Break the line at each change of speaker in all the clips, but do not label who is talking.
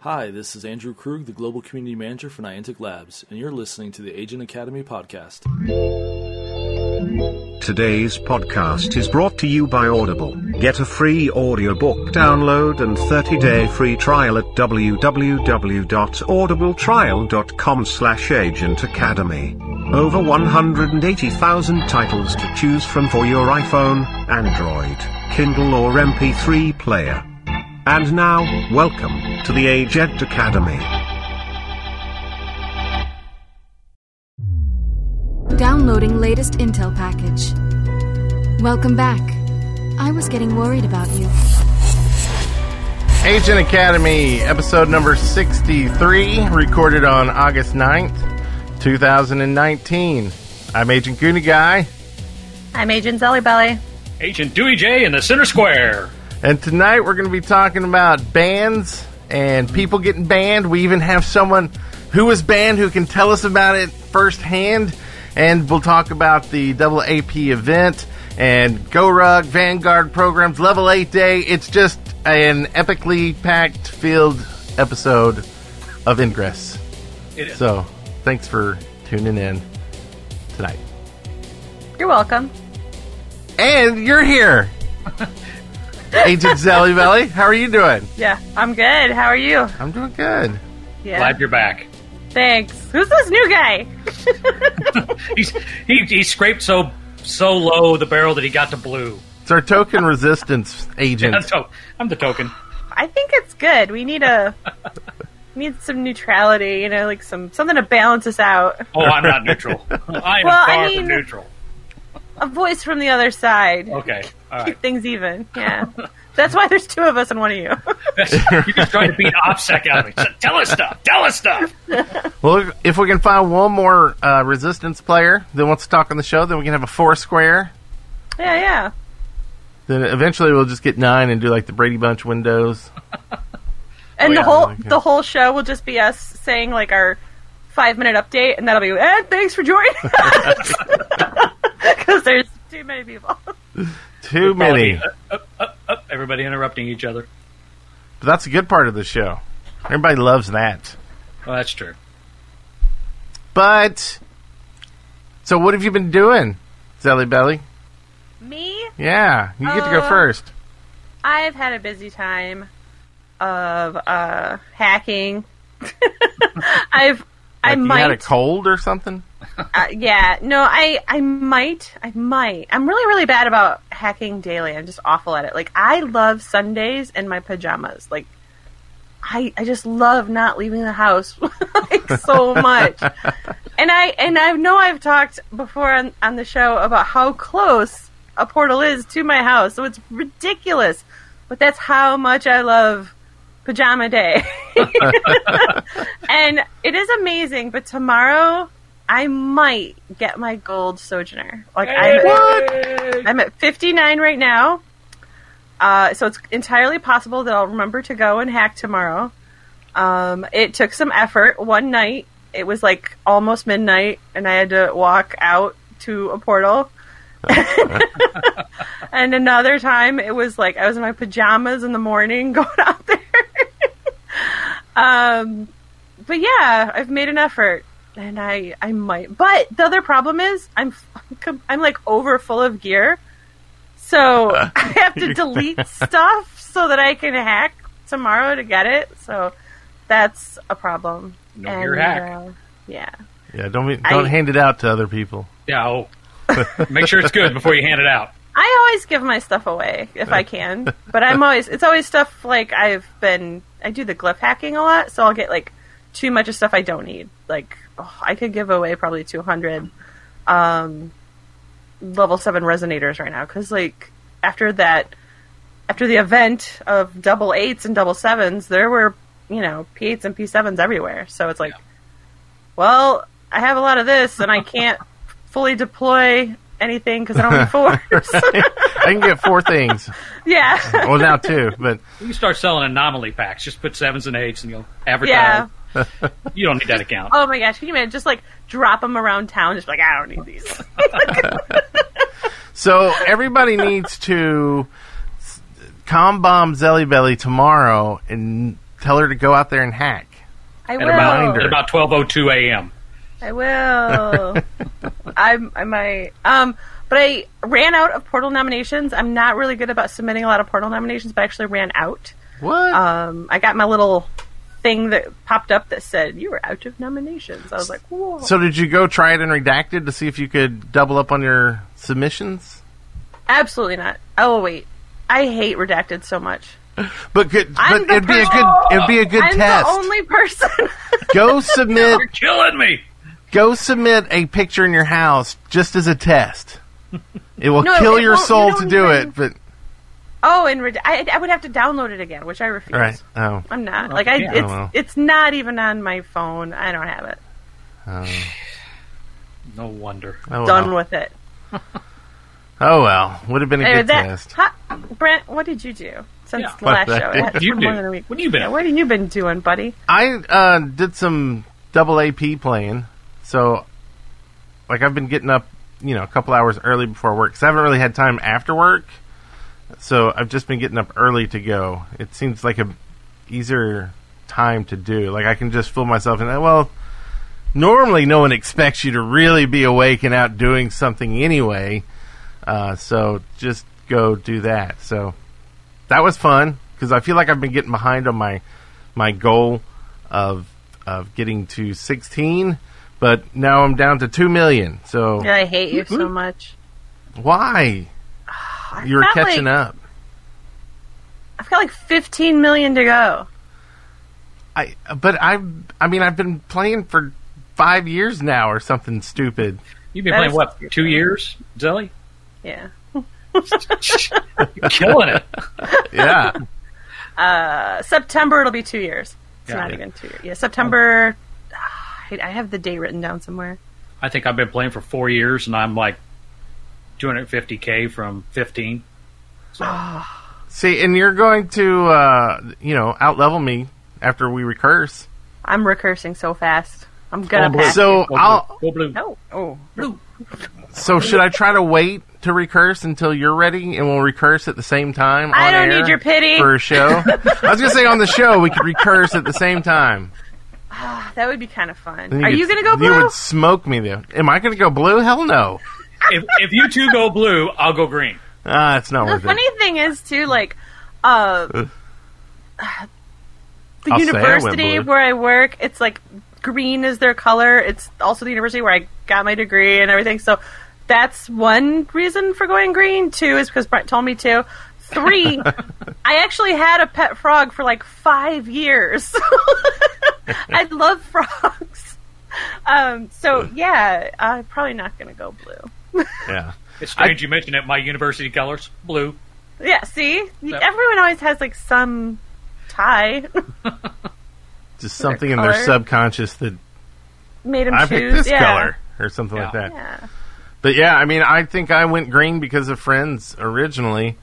Hi, this is Andrew Krug, the Global Community Manager for Niantic Labs, and you're listening to the Agent Academy podcast.
Today's podcast is brought to you by Audible. Get a free audiobook download and 30-day free trial at www.audibletrial.com slash agent academy. Over 180,000 titles to choose from for your iPhone, Android, Kindle or MP3 player. And now, welcome to the Agent Academy.
Downloading latest intel package. Welcome back. I was getting worried about you.
Agent Academy, episode number 63, recorded on August 9th, 2019. I'm Agent Goonie Guy,
I'm Agent Zellybelly.
Agent Dewey J in the center square.
and tonight we're going to be talking about bans and people getting banned. We even have someone who was banned who can tell us about it firsthand, and we'll talk about the AP event and GoRug, Vanguard programs, Level 8 Day. It's just an epically packed filled episode of Ingress.
It is.
So, thanks for tuning in tonight.
You're welcome.
And you're here. Agent Zelly Belly, how are you doing?
Yeah, I'm good. How are you?
I'm doing good.
Yeah.
Glad you're back.
Thanks. Who's this new guy?
He's, he, he scraped so so low the barrel that he got to blue.
It's our token resistance agent.
That's to- I'm the token.
I think it's good. We need a we need some neutrality. You know, like some something to balance us out.
Oh, I'm not neutral. I am
Well, I
far
mean-
from neutral.
A voice from the other side.
Okay, all right.
Keep things even. Yeah. That's why there's two of us and one of you.
You're just trying to beat OPSEC out of me. So Tell us stuff. Tell us stuff.
Well, if- if we can find one more uh, resistance player that wants to talk on the show, then we can have a four square.
yeah, yeah.
Then eventually we'll just get nine and do like the Brady Bunch windows.
And
Oh, yeah.
the whole
Okay.
the whole show will just be us saying like our five minute update, and that'll be and thanks for joining us because there's too many people.
Too many.
Up, up, up, up. Oh, Everybody interrupting each other.
But that's a good part of the show. Everybody loves that.
Well, that's true.
But so, what have you been doing, Zelly Belly?
Me,
Yeah, you get to go
Uh,
first.
I've had a busy time of uh, hacking. I've I
Like you
might
had a cold or something.
uh, yeah no I I might I might I'm really really bad about hacking daily. I'm just awful at it. Like I love Sundays and my pajamas. Like I I just love not leaving the house like so much. and I and I know I've talked before on, on the show about how close a portal is to my house, so it's ridiculous. But that's how much I love pajama day. and it is amazing, but tomorrow I might get my gold sojourner. Like I'm at, I'm at 59 right now. Uh, so it's entirely possible that I'll remember to go and hack tomorrow. Um, it took some effort. One night, it was like almost midnight, and I had to walk out to a portal. and another time, it was like I was in my pajamas in the morning going out there. um, but yeah, I've made an effort, and I I might. But the other problem is I'm I'm like over full of gear, so
Uh.
I have to delete stuff so that I can hack tomorrow to get it. So that's a problem.
No gear hack.
uh, yeah.
Yeah, don't be, don't
I-
hand it out to other people.
Yeah. Oh. Make sure it's good before you hand it out.
I always give my stuff away if I can, but I'm always it's always stuff like I've been I do the glyph hacking a lot, so I'll get like too much of stuff I don't need. Like oh, I could give away probably 200 um, level seven resonators right now because like after that after the event of double eights and double sevens, there were you know p8s and p7s everywhere. So it's like, well, I have a lot of this and I can't fully deploy anything because I don't have force.
I can get four things.
Yeah.
Well, now two, but
You can start selling anomaly packs. Just put sevens and eights, and you'll advertise.
Yeah.
You don't need that account.
Oh my gosh. Can you imagine? Just like drop them around town. Just like, I don't need these.
so everybody needs to s- calm bomb Zelly Belly tomorrow and tell her to go out there and hack.
I
at about,
Reminder.
at
will.
about 12.02 a.m.
I will. I'm. I might. Um, but I ran out of portal nominations. I'm not really good about submitting a lot of portal nominations, but I actually ran out.
What?
Um, I got my little thing that popped up that said you were out of nominations. I was like, whoa.
so did you go try it in redacted to see if you could double up on your submissions?
Absolutely not. Oh wait, I hate redacted so much.
But good.
I'm
But
the
it'd be a good.
person-
It'd be a good
I'm
test.
the only person.
go submit.
You're killing me.
Go submit a picture in your house just as a test. It will
No,
kill
it
your
won't- you
soul to
don't
do
even-
it. But
oh, and red- I, I would have to download it again, which I refuse.
right. Oh.
I'm not like I.
yeah.
it's
Oh, well.
it's not even on my phone. I don't have it.
No wonder.
Oh
Done
well.
with it.
Oh well. Would have been a
Anyway,
good
that
test.
ha, Brent, what did you do since
Yeah.
the last
What
show?
did I do?
It's
What you
been
do?
more than a week.
What have you been
Yeah,
up
what have you been doing, buddy?
I uh, did some double AP playing, so like I've been getting up, you know, a couple hours early before work because I haven't really had time after work. So I've just been getting up early to go. It seems like a easier time to do. Like I can just fool myself and well, normally no one expects you to really be awake and out doing something anyway. Uh, so just go do that. So that was fun because I feel like I've been getting behind on my my goal of of getting to 16, but now I'm down to 2 million. So
Yeah, I hate you
Mm-hmm.
so much.
why?
I've
You were
got,
catching
like,
up.
I've got like 15 million to go.
I but I I mean I've been playing for 5 years now or something stupid.
You've been
That
playing,
is-
what, two years, Zelly?
Yeah.
You're killing it.
Yeah.
Uh, September it'll be two years. It's
Got
not
it.
even two years. Yeah, September. I I have the date written down somewhere.
I think I've been playing for four years, and I'm like 250K from 15.
See, and you're going to uh you know, outlevel me after we recurse.
I'm recursing so fast. I'm gonna
Go blue.
pass.
Oh, So
Go blue.
I'll
Go blue.
no. Oh.
Blue.
so should I try to wait to recurse until you're ready and we'll recurse at the same time
I
on
don't
air
need your pity.
for a show? I was going to say on the show we could recurse at the same time.
That would be kind of fun.
Then
Are
could-
you gonna go
You
blue?
would smoke me though. Am I gonna go blue? Hell no.
If, if you two go blue, I'll go green.
Ah, it's not
The
worth
funny
it.
thing is too, like, uh, the
I'll say I went
university
blue.
where I work, it's like green is their color. It's also the university where I got my degree and everything. So that's one reason for going green. Two is because Brent told me to. Three, I actually had a pet frog for like five years. I love frogs. Um, so yeah, I'm probably not gonna go blue.
Yeah.
It's strange you mentioned it. My university colors, blue.
Yeah, see? Everyone always has like some tie
Just something in their
color.
subconscious that
made him
I picked
choose.
this
yeah.
color or something like
Yeah.
that.
Yeah.
But yeah, I mean, I think I went green because of Friends originally,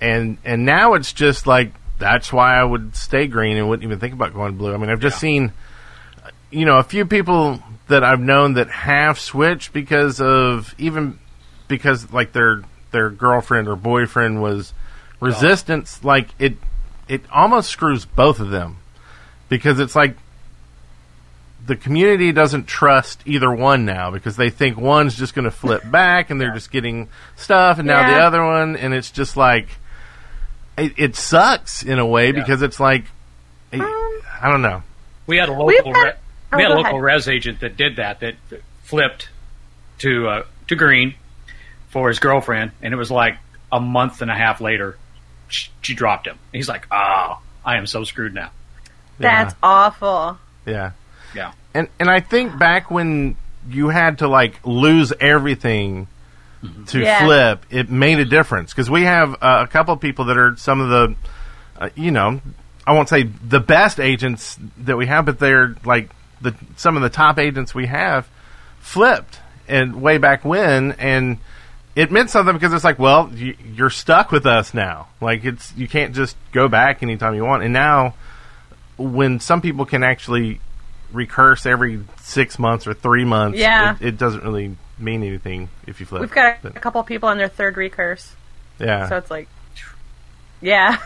and and now it's just like that's why I would stay green and wouldn't even think about going blue. I mean, I've just seen, you know, a few people that I've known that have switched because of even because like their their girlfriend or boyfriend was resistance. Like it, it almost screws both of them because it's like the community doesn't trust either one now because they think one's just going to flip back and they're just getting stuff, and now the
Yeah.
other one, and it's just like it, it sucks in a way because it's like I I don't know.
We had a
We've
local
had-
re-
oh,
we had a
go
local
ahead.
res agent that did that that flipped to uh, to green for his girlfriend, and it was like a month and a half later she, she dropped him. And he's like, "Ah, I am so screwed now."
That's awful.
Yeah.
Yeah,
And and I think back when you had to like lose everything to
Yeah.
flip, it made a difference because we have uh, a couple of people that are some of the, uh, you know, I won't say the best agents that we have, but they're like the some of the top agents we have flipped and way back when and. It meant something because it's like, well, you, you're stuck with us now. Like it's you can't just go back anytime you want. And now, when some people can actually recurse every six months or three months,
Yeah.
it, it doesn't really mean anything if you flip.
We've got a
But,
couple people on their third recurse.
yeah,
So it's like Yeah.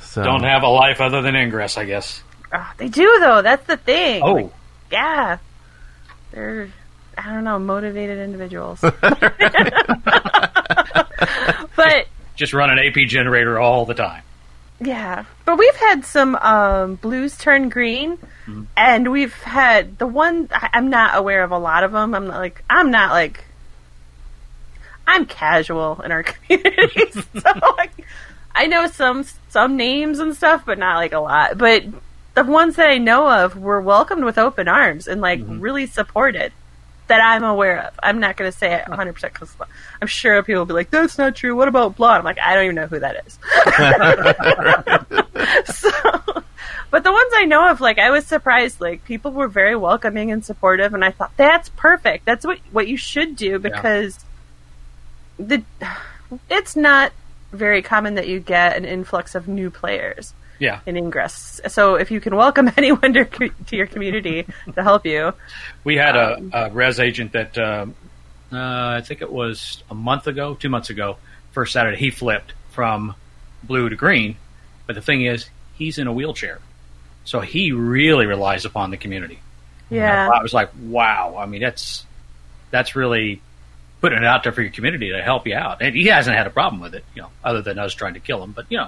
So,
Don't have a life other than Ingress, I guess.
Ah, they do though. That's the thing.
Oh,
Like, yeah, they're I don't know motivated individuals. but
just run an AP generator all the time.
yeah, but we've had some um, blues turn green, and we've had the one I- I'm not aware of a lot of them. I'm not like I'm not like I'm casual in our community, so like, I know some some names and stuff, but not like a lot. But the ones that I know of were welcomed with open arms and like really supported that I'm aware of. I'm not going to say it 100 percent because I'm sure people will be like, "That's not true." What about blah? I'm like, I don't even know who that is. so, but the ones I know of, like, I was surprised. Like, people were very welcoming and supportive, and I thought that's perfect. That's what what you should do because the it's not very common that you get an influx of new players
Yeah,
in Ingress. So if you can welcome anyone to, to your community to help you,
we had a, a res agent that um uh, I think it was a month ago, two months ago, first Saturday. He flipped from blue to green, but the thing is, he's in a wheelchair, so he really relies upon the community.
yeah,
I was like, wow. I mean, that's that's really putting it out there for your community to help you out. And he hasn't had a problem with it, you know, other than us trying to kill him. But you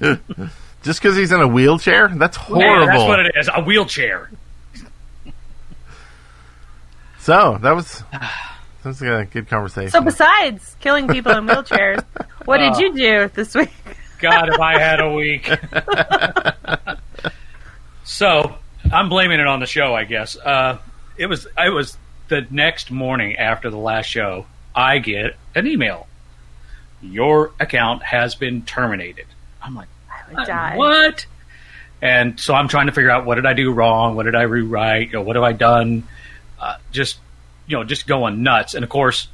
know,
just because he's in a wheelchair, that's horrible.
Hey, that's what it is. A wheelchair.
so that was that was a good conversation.
So besides killing people in wheelchairs, what did you do this week?
God, if I had a week. so I'm blaming it on the show, I guess. Uh, it was it was the next morning after the last show. I get an email. Your account has been terminated. I'm like,
I died.
what? And so I'm trying to figure out what did I do wrong? What did I rewrite? You know, what have I done? Uh, just you know, just going nuts. And of course,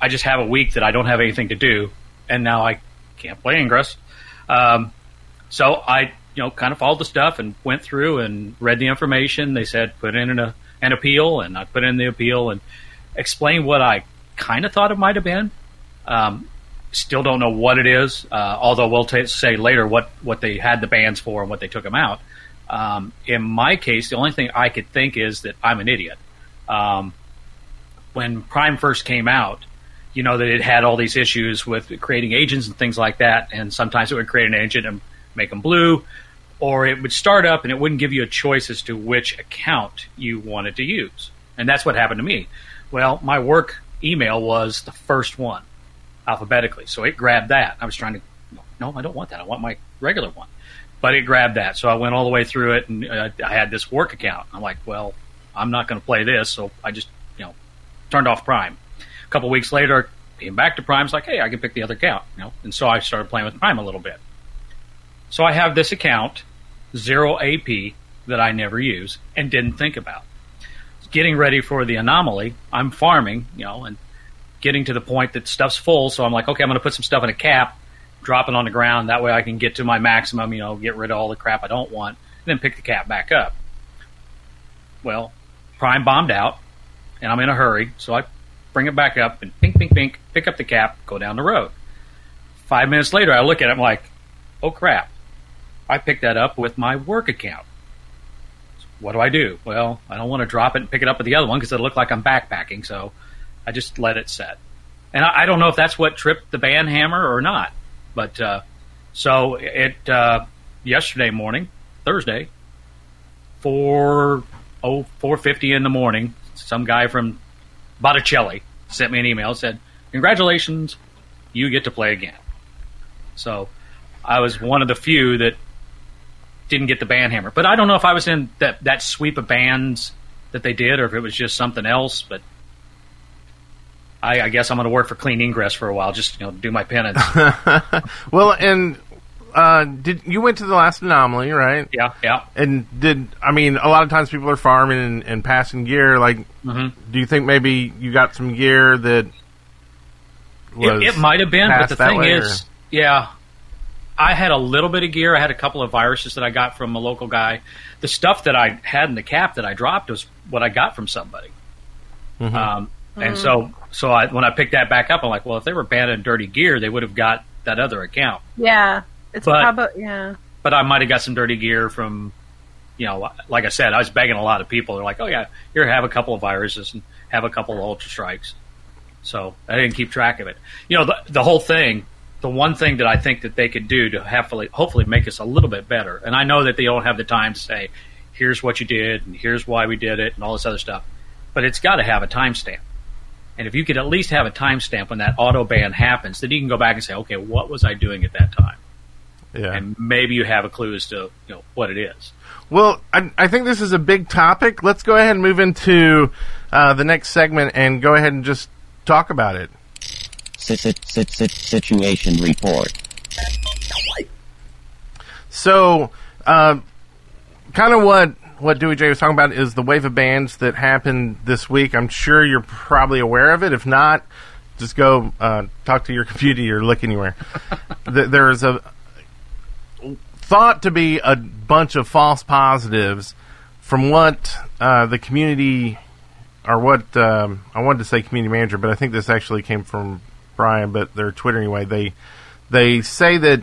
I just have a week that I don't have anything to do, and now I can't play Ingress. Um, so I, you know, kind of followed the stuff and went through and read the information. They said put in an, uh, an appeal, and I put in the appeal and explained what I kind of thought it might have been. Um, still don't know what it is, uh, although we'll ta say later what, what they had the bans for and what they took them out. Um, in my case, the only thing I could think is that I'm an idiot. Um, when Prime first came out, you know that it had all these issues with creating agents and things like that, and sometimes it would create an agent and make them blue, or it would start up and it wouldn't give you a choice as to which account you wanted to use, and that's what happened to me. Well, my work email was the first one alphabetically, so it grabbed that. I was trying to no, I don't want that. I want my regular one, but it grabbed that. So I went all the way through it, and uh, I had this work account. I'm like, well, I'm not going to play this, so I just you know turned off Prime. A couple weeks later, came back to Prime's like, hey, I can pick the other account, you know. And so I started playing with Prime a little bit. So I have this account, zero AP, that I never use and didn't think about. Getting ready for the anomaly, I'm farming, you know, and getting to the point that stuff's full. So I'm like, okay, I'm going to put some stuff in a cap, drop it on the ground. That way I can get to my maximum, you know, get rid of all the crap I don't want, and then pick the cap back up. Well, Prime bombed out, and I'm in a hurry. So I bring it back up and pink, pink, pink, pick up the cap, go down the road. Five minutes later, I look at it, I'm like, oh crap. I picked that up with my work account. What do I do? Well, I don't want to drop it and pick it up with the other one because it'll look like I'm backpacking. So I just let it set. And I, I don't know if that's what tripped the ban hammer or not. But uh, so it uh, yesterday morning, Thursday, four oh four fifty in the morning, some guy from Botticelli sent me an email said, "Congratulations, you get to play again." So I was one of the few that didn't get the ban hammer. But I don't know if I was in that that sweep of bans that they did, or if it was just something else. But I, I guess I'm going to work for Clean Ingress for a while, just you know, do my penance.
well, and uh, did you went to the last anomaly, right?
yeah, yeah.
And did I mean a lot of times people are farming and, and passing gear? Like,
Mm-hmm.
do you think maybe you got some gear that was
It, it might have been, but
passed
the
that
thing
way,
is, yeah, I had a little bit of gear. I had a couple of viruses that I got from a local guy. The stuff that I had in the cap that I dropped was what I got from somebody.
Mm-hmm.
Um, and so, so I, when I picked that back up, I'm like, well, if they were banned in dirty gear, they would have got that other account.
Yeah, it's
But-
probably yeah.
But I might have got some dirty gear from, you know, like I said, I was begging a lot of people. They're like, "Oh yeah, here have a couple of viruses and have a couple of ultra strikes." So I didn't keep track of it. You know, the, the whole thing. The one thing that I think that they could do to hopefully, hopefully make us a little bit better, and I know that they don't have the time to say, "Here's what you did," and "Here's why we did it," and all this other stuff, but it's got to have a timestamp. And if you could at least have a timestamp when that auto ban happens, then you can go back and say, okay, what was I doing at that time?
Yeah.
And maybe you have a clue as to you know what it is.
Well, I, I think this is a big topic. Let's go ahead and move into uh, the next segment and go ahead and just talk about it.
Si- si- si- si- Situation report.
So, uh, kind of what what Dewey J was talking about is the wave of bans that happened this week. I'm sure you're probably aware of it. If not, just go uh, talk to your computer or look anywhere. Th- there is a thought to be a bunch of false positives from what uh, the community or what um, I wanted to say community manager, but I think this actually came from Brian, but their Twitter anyway. They they say that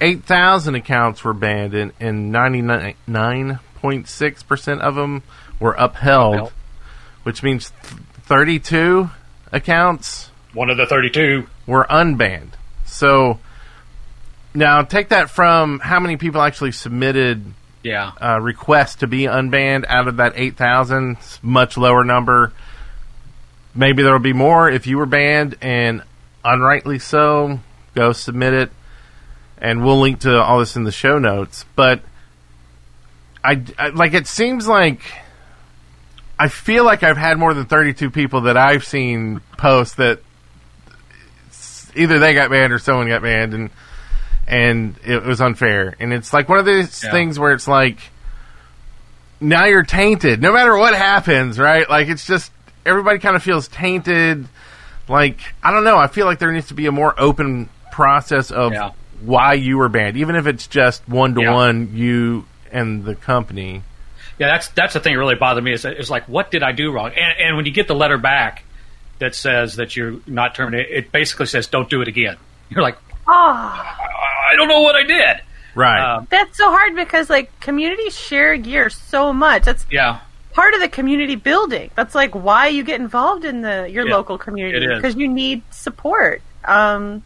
eight thousand accounts were banned, and and ninety nine point six percent of them were upheld,
Upheld.
which means thirty two accounts
One of the thirty-two.
were unbanned. So now take that from how many people actually submitted
Yeah,
uh, requests to be unbanned out of that 8,000, s- much lower number. Maybe there will be more if you were banned, and unrightly so, go submit it. And we'll link to all this in the show notes. But I, I- like it seems like I feel like I've had more than 32 people that I've seen post that s- either they got banned or someone got banned and and it was unfair. And it's like one of these
Yeah.
things where it's like now you're tainted no matter what happens, right? Like it's just everybody kind of feels tainted. Like I don't know, I feel like there needs to be a more open process of
Yeah.
why you were banned, even if it's just one to one you and the company.
yeah. That's that's the thing that really bothered me is that it's like, what did I do wrong? And, and when you get the letter back that says that you're not terminated, it basically says don't do it again. You're like,
Oh,
I don't know what I did.
Right.
Um,
that's so hard because like communities share gear so much. That's
yeah,
part of the community building. That's like why you get involved in the your
Yeah,
local community
it is.
because you need support. Um,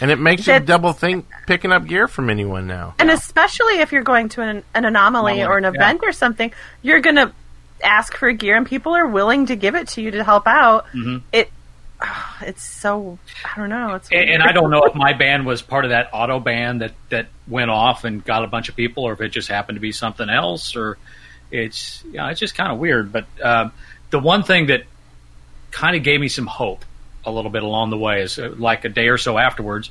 and it makes you
that's-
double think picking up gear from anyone now.
and especially if you're going to an, an anomaly
Anomaly,
or an
yeah.
event or something, you're gonna ask for gear, and people are willing to give it to you to help out.
Mm-hmm.
It it's so I don't know. It's
and, and
weird.
I don't know if my band was part of that auto band that that went off and got a bunch of people, or if it just happened to be something else, or it's yeah, it's just kind of weird. But um, the one thing that kind of gave me some hope a little bit along the way is uh, like a day or so afterwards,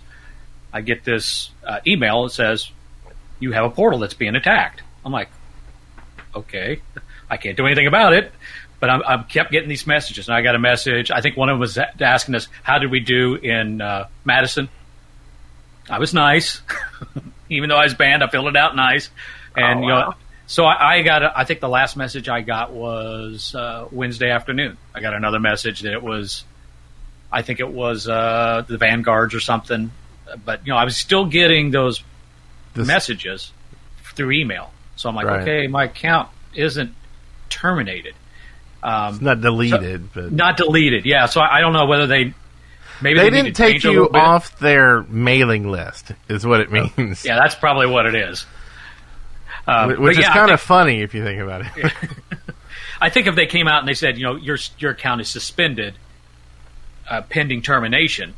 I get this uh, email that says you have a portal that's being attacked. I'm like, okay, I can't do anything about it. But I'm, I'm kept getting these messages, and I got a message. I think one of them was a- asking us, "How did we do in uh, Madison?" I was nice, even though I was banned. I filled it out nice, and you know, so I, I got. A, I think the last message I got was uh, Wednesday afternoon. I got another message that it was, I think it was uh, the Vanguards or something. But you know, I was still getting those
This-
messages through email. So I'm like,
Right.
okay, my account isn't terminated,
It's not deleted, but
not deleted. Yeah, so I, I don't know whether they maybe
they,
they, need
didn't
to
take
change a
you
little bit.
off their mailing list, is what it means.
Yeah, that's probably what it is. Uh,
Wh-
but
Which is
yeah, I
kind
think-
of funny if you think about it.
I think if they came out and they said, you know, your your account is suspended uh, pending termination,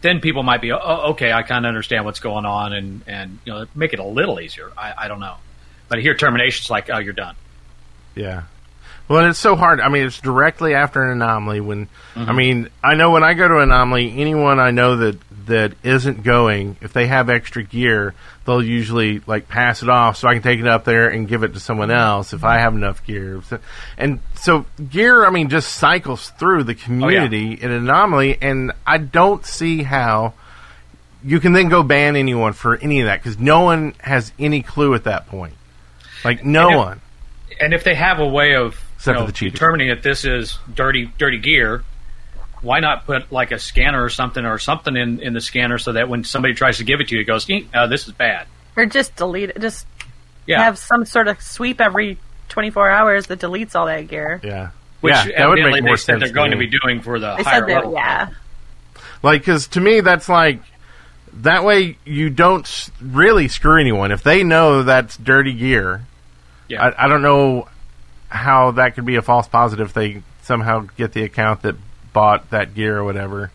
then people might be, oh, okay, I kind of understand what's going on, and and you know, make it a little easier. I, I don't know, but here termination's like, oh, you're done.
Yeah. Well, and it's so hard. I mean, it's directly after an anomaly. When I mean, I know when I go to anomaly, anyone I know that that isn't going, if they have extra gear, they'll usually like pass it off so I can take it up there and give it to someone else if I have enough gear. So- and so gear, I mean, just cycles through the community in anomaly, and I don't see how you can then go ban anyone for any of that because no one has any clue at that point. Like no
And if-
one.
And if they have a way of
Except
you
for
know,
the cheaters.
determining that this is dirty dirty gear, why not put like a scanner or something or something in, in the scanner so that when somebody tries to give it to you, it goes, "Eh, uh, this is bad.
Or just delete it. Just
Yeah.
have some sort of sweep every 24 hours that deletes all that gear.
Yeah.
which
yeah, that would
evidently
make more
they said
sense.
they're going to
me.
be doing for the
They
higher
said that,
level.
yeah.
Like, because to me, that's like that way you don't s- really screw anyone if they know that's dirty gear.
Yeah.
I, I don't know how that could be a false positive. If they somehow get the account that bought that gear or whatever.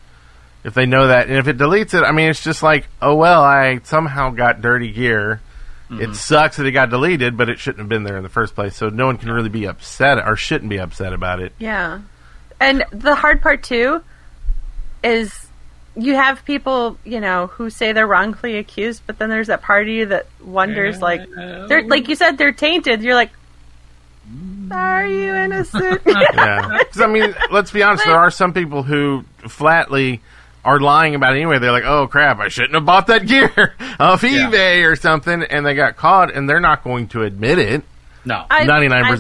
If they know that, and if it deletes it, I mean, it's just like, oh well, I somehow got dirty gear. It sucks that it got deleted, but it shouldn't have been there in the first place. So no one can really be upset or shouldn't be upset about it.
Yeah. And the hard part too is you have people, you know, who say they're wrongfully accused, but then there's that part of you that wonders like they're like you said they're tainted. You're like are you innocent?
Yeah. 'Cause, I mean, let's be honest, there are some people who flatly are lying about it anyway. They're like, oh crap, I shouldn't have bought that gear off eBay or something. And they got caught and they're not going to admit it.
no.
I-
99%.
I-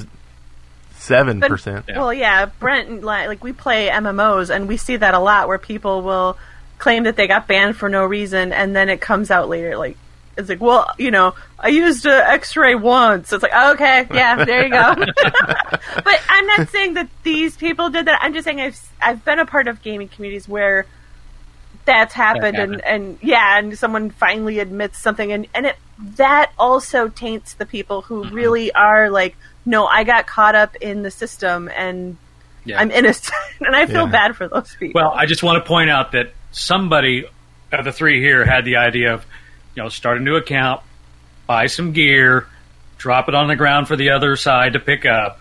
7%.
Yeah.
Well, yeah, Brent, and li- like we play MMOs, and we see that a lot where people will claim that they got banned for no reason, and then it comes out later. Like it's like, well, you know, I used uh, X-ray once. It's like, okay, yeah, there you go. but I'm not saying that these people did that. I'm just saying I've s- I've been a part of gaming communities where that's happened,
happened.
And, and yeah, and someone finally admits something, and and it that also taints the people who
Mm-hmm.
really are like, no, I got caught up in the system, and
Yeah.
I'm innocent, and I feel
Yeah.
bad for those people.
Well, I just want to point out that somebody of the three here had the idea of, you know, start a new account, buy some gear, drop it on the ground for the other side to pick up.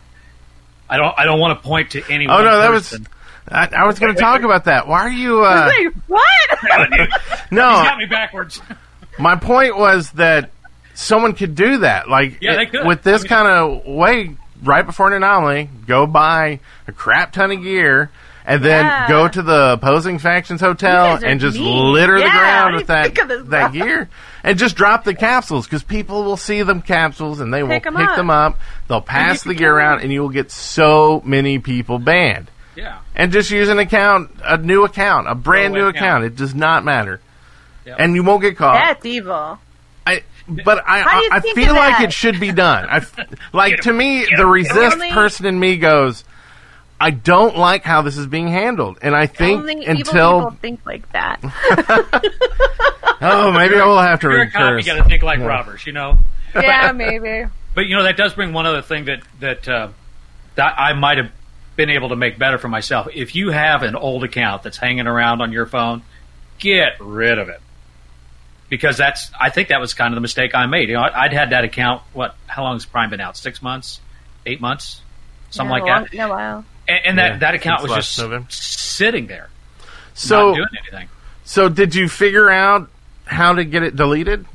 I don't. I don't want to point to anyone.
Oh, no, that was. I, I was going to talk about that. Why are you. Uh,
Like, what?
He's
no,
got me backwards.
my point was that someone could do that. Like,
Yeah, they could.
with this
I mean-
kind of way, right before an anomaly, go buy a crap ton of gear and then
Yeah.
go to the opposing faction's
You
hotel
guys are
and just
mean.
litter the
Yeah,
ground
I
with
didn't think of this
that, that
stuff.
gear and just drop the capsules because people will see them capsules and they will
Pick
pick
'em up.
them up. They'll pass
can
the gear
kill 'em.
around and you will get so many people banned.
Yeah.
And just use an account, a new account, a brand
Throwaway
new
account.
account. It does not matter.
Yep.
And you won't get caught.
That's evil.
I, but
How do
I,
you
I,
think
feel
of
like
that?
it should be done. I f like to me, the resist
Only-
person in me goes, I don't like how this is being handled, and I think
Only evil
until
people think like that.
oh, maybe I will have to
If you're a cop, you
recurse.
got to think like robbers, you know.
yeah, maybe.
But you know that does bring one other thing that that uh, that I might have been able to make better for myself. If you have an old account that's hanging around on your phone, get rid of it because that's I think that was kind of the mistake I made. You know, I'd had that account. What? How long has Prime been out? Six months? Eight months? Something
Yeah,
like
well,
that.
Yeah, wow.
And, and that
Yeah,
that account
since
was
last
just
November.
sitting there,
So,
not doing anything.
so did you figure out how to get it deleted?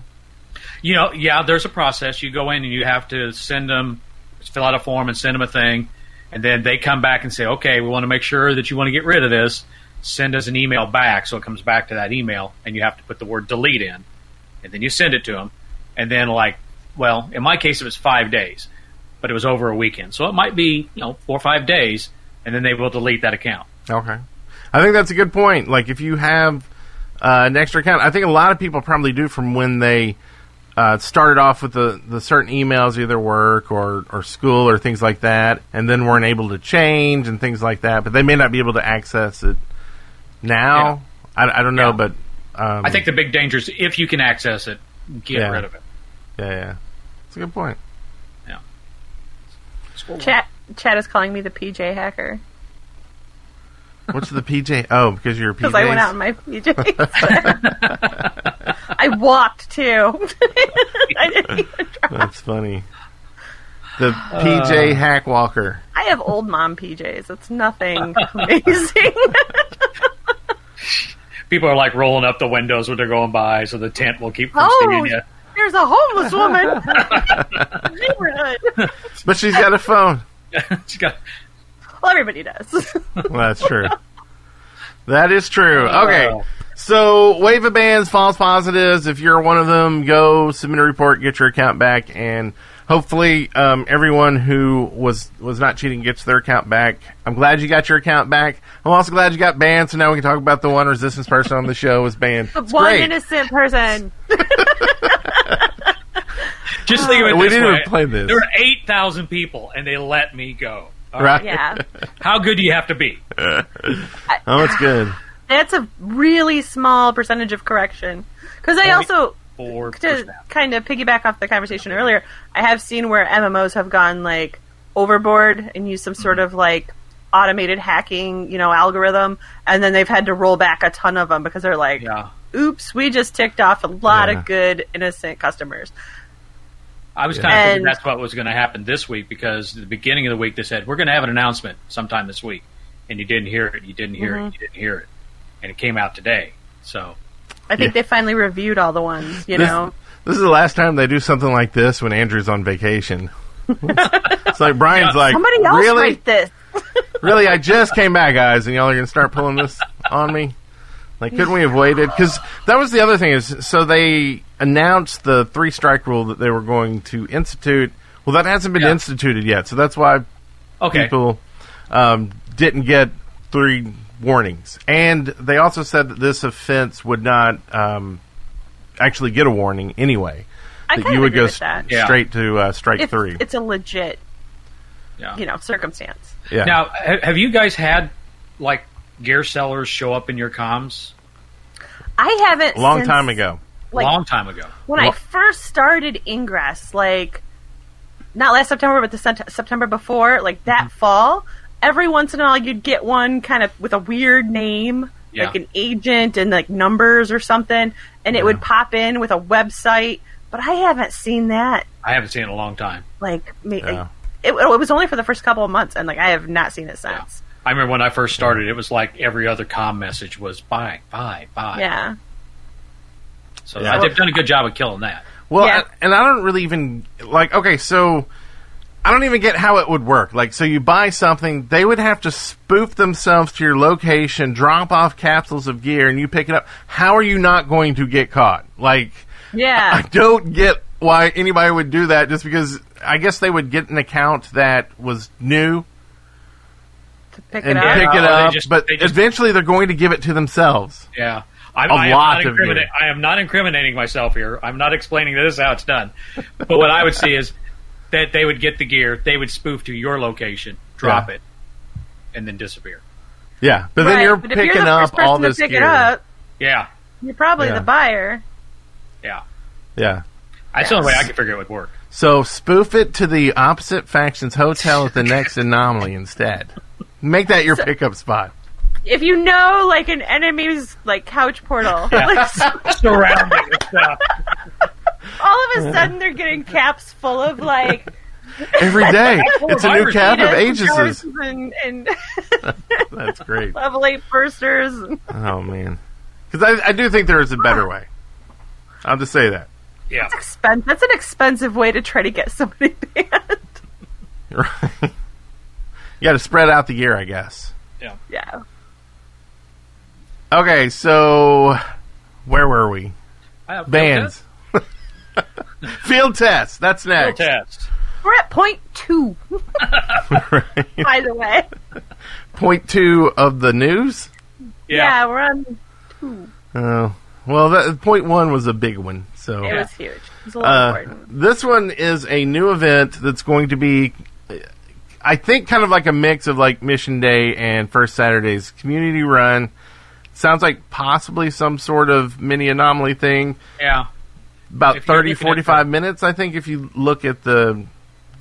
you know, yeah, there's a process. You go in and you have to send them, fill out a form and send them a thing, and then they come back and say, okay, we want to make sure that you want to get rid of this. Send us an email back, so it comes back to that email, and you have to put the word delete in, and then you send it to them, and then like, well, in my case, it was five days, but it was over a weekend, so it might be you know four or five days, and then they will delete that account.
Okay, I think that's a good point. Like if you have uh, an extra account, I think a lot of people probably do from when they uh, started off with the, the certain emails, either work or, or school or things like that, and then weren't able to change and things like that. But they may not be able to access it now. I, I don't know,
Yeah.
but um,
I think the big danger is if you can access it, get
Yeah.
rid of it.
yeah, yeah, it's a good point.
Chat, chat is calling me the PJ hacker
What's the PJ? Oh, because you're a PJ.
because I went out in my PJs. I walked too. I, didn't even try.
That's funny. The PJ hack walker.
I have old mom PJs. It's nothing amazing.
People are like rolling up the windows when they're going by, so the tent will keep from
oh,
stinging you.
there's a homeless woman. Neighborhood.
But she's got a phone.
She's got-
Well, everybody does.
Well, that's true. that is true. Okay.
Wow.
So, wave of bans, false positives. If you're one of them, go submit a report, get your account back, and hopefully, um, everyone who was was not cheating gets their account back. I'm glad you got your account back. I'm also glad you got banned. So now we can talk about the one resistance person on the show was banned.
The
It's
one
great.
innocent person.
Just think of it
We
this
didn't
way.
even play this.
There were 8,000 people, and they let me go. All right.
right?
Yeah.
How good do you have to be?
Oh, it's good.
That's a really small percentage of correction. Because I also,
Four
to kind of piggyback off the conversation earlier, I have seen where MMOs have gone like overboard and used some sort of like automated hacking, you know, algorithm, and then they've had to roll back a ton of them because they're like,
Yeah.
"Oops, we just ticked off a lot
Yeah.
of good innocent customers."
I was kind of thinking
And-
that's what was going to happen this week because at the beginning of the week they said we're going to have an announcement sometime this week, and you didn't hear it, you didn't hear
Mm-hmm.
it, you didn't hear it, and it came out today. So
I think they finally reviewed all the ones, you
This-
know.
This is the last time they do something like this when Andrew's on vacation. it's like Brian's like,
Somebody else
really,
write this.
really, I just came back, guys, and y'all are gonna start pulling this on me. Like, couldn't we have waited? Because that was the other thing is, so they announced the three strike rule that they were going to institute. Well, that hasn't been
Yeah.
instituted yet, so that's why
okay,
people um, didn't get three warnings. And they also said that this offense would not um, actually get a warning anyway.
I
that
kind
you
of
would
agree
go
with
s-
that.
Yeah.
straight to uh, strike
If
three.
it's a legit,
yeah.
you know, circumstance.
yeah.
Now, ha- have you guys had like gear sellers show up in your comms
I haven't
a long
since,
time ago.
a
Like,
long time ago?
when I first started Ingress, like not last September, but the sent- September before, like that
Mm-hmm.
fall, every once in a while you'd get one kind of with a weird name,
Yeah.
like an agent and like numbers or something, and it would pop in with a website. But I haven't seen that.
I haven't seen it in a long time.
Like, me,
Yeah.
it, it was only for the first couple of months, and like I have not seen it since.
I remember when I first started, it was like every other comm message was buy, buy, buy.
Yeah,
So
Yeah.
they've done a good job of killing that.
Well,
Yeah.
and- and I don't really even like. Okay, so I don't even get how it would work. Like, so you buy something, they would have to spoof themselves to your location, drop off capsules of gear, and you pick it up. How are you not going to get caught? Like, I
yeah,
don't get why anybody would do that. Just because I guess they would get an account that was new
to pick
and
it up.
pick it
Oh, they
up,
just-
but
they just-
eventually they're going to give it to themselves.
Yeah. I'm,
A
I am
lot
not
of
incrimina-
you.
I am not incriminating myself here. I'm not explaining this is how it's done. But what I would see is that they would get the gear, they would spoof to your location, drop
Yeah.
it, and then disappear.
Yeah, but then
Right,
you're
but if
picking
you're the
up
first person
all
to
this
pick
gear.
it up.
Yeah.
You're probably
Yeah.
the buyer.
Yeah.
Yeah.
That's the only way I can figure it would work.
So spoof it to the opposite faction's hotel at the next anomaly instead. Make that your pickup spot.
if you know like an enemy's like couch portal, like,
Surrounding and stuff.
all of a sudden they're getting caps full of like
Every day. It's a new
Virus
cap of
penis
agencies.
growths and, and
That's great.
level eight bursters.
Oh man. Because I, I do think there is a better way. I'll just say that.
Yeah.
Expen- that's an expensive way to try to get somebody banned.
you got to spread out the year, I guess.
Yeah,
Okay, so where were we?
Uh, field
Bands.
test?
Field test. That's
Field
next.
test.
we're at point two. By the way,
Point two of the news.
yeah,
Yeah.
we're on. Two.
Oh, well, that, point one was a big one. So
It was huge. It was a lot
Uh,
important.
this one is a new event that's going to be, uh, I think, kind of like a mix of like Mission Day and First Saturday's community run. Sounds like possibly some sort of mini anomaly thing.
Yeah.
About
If you're
30,
looking at
45 minutes, I think, if you look at the.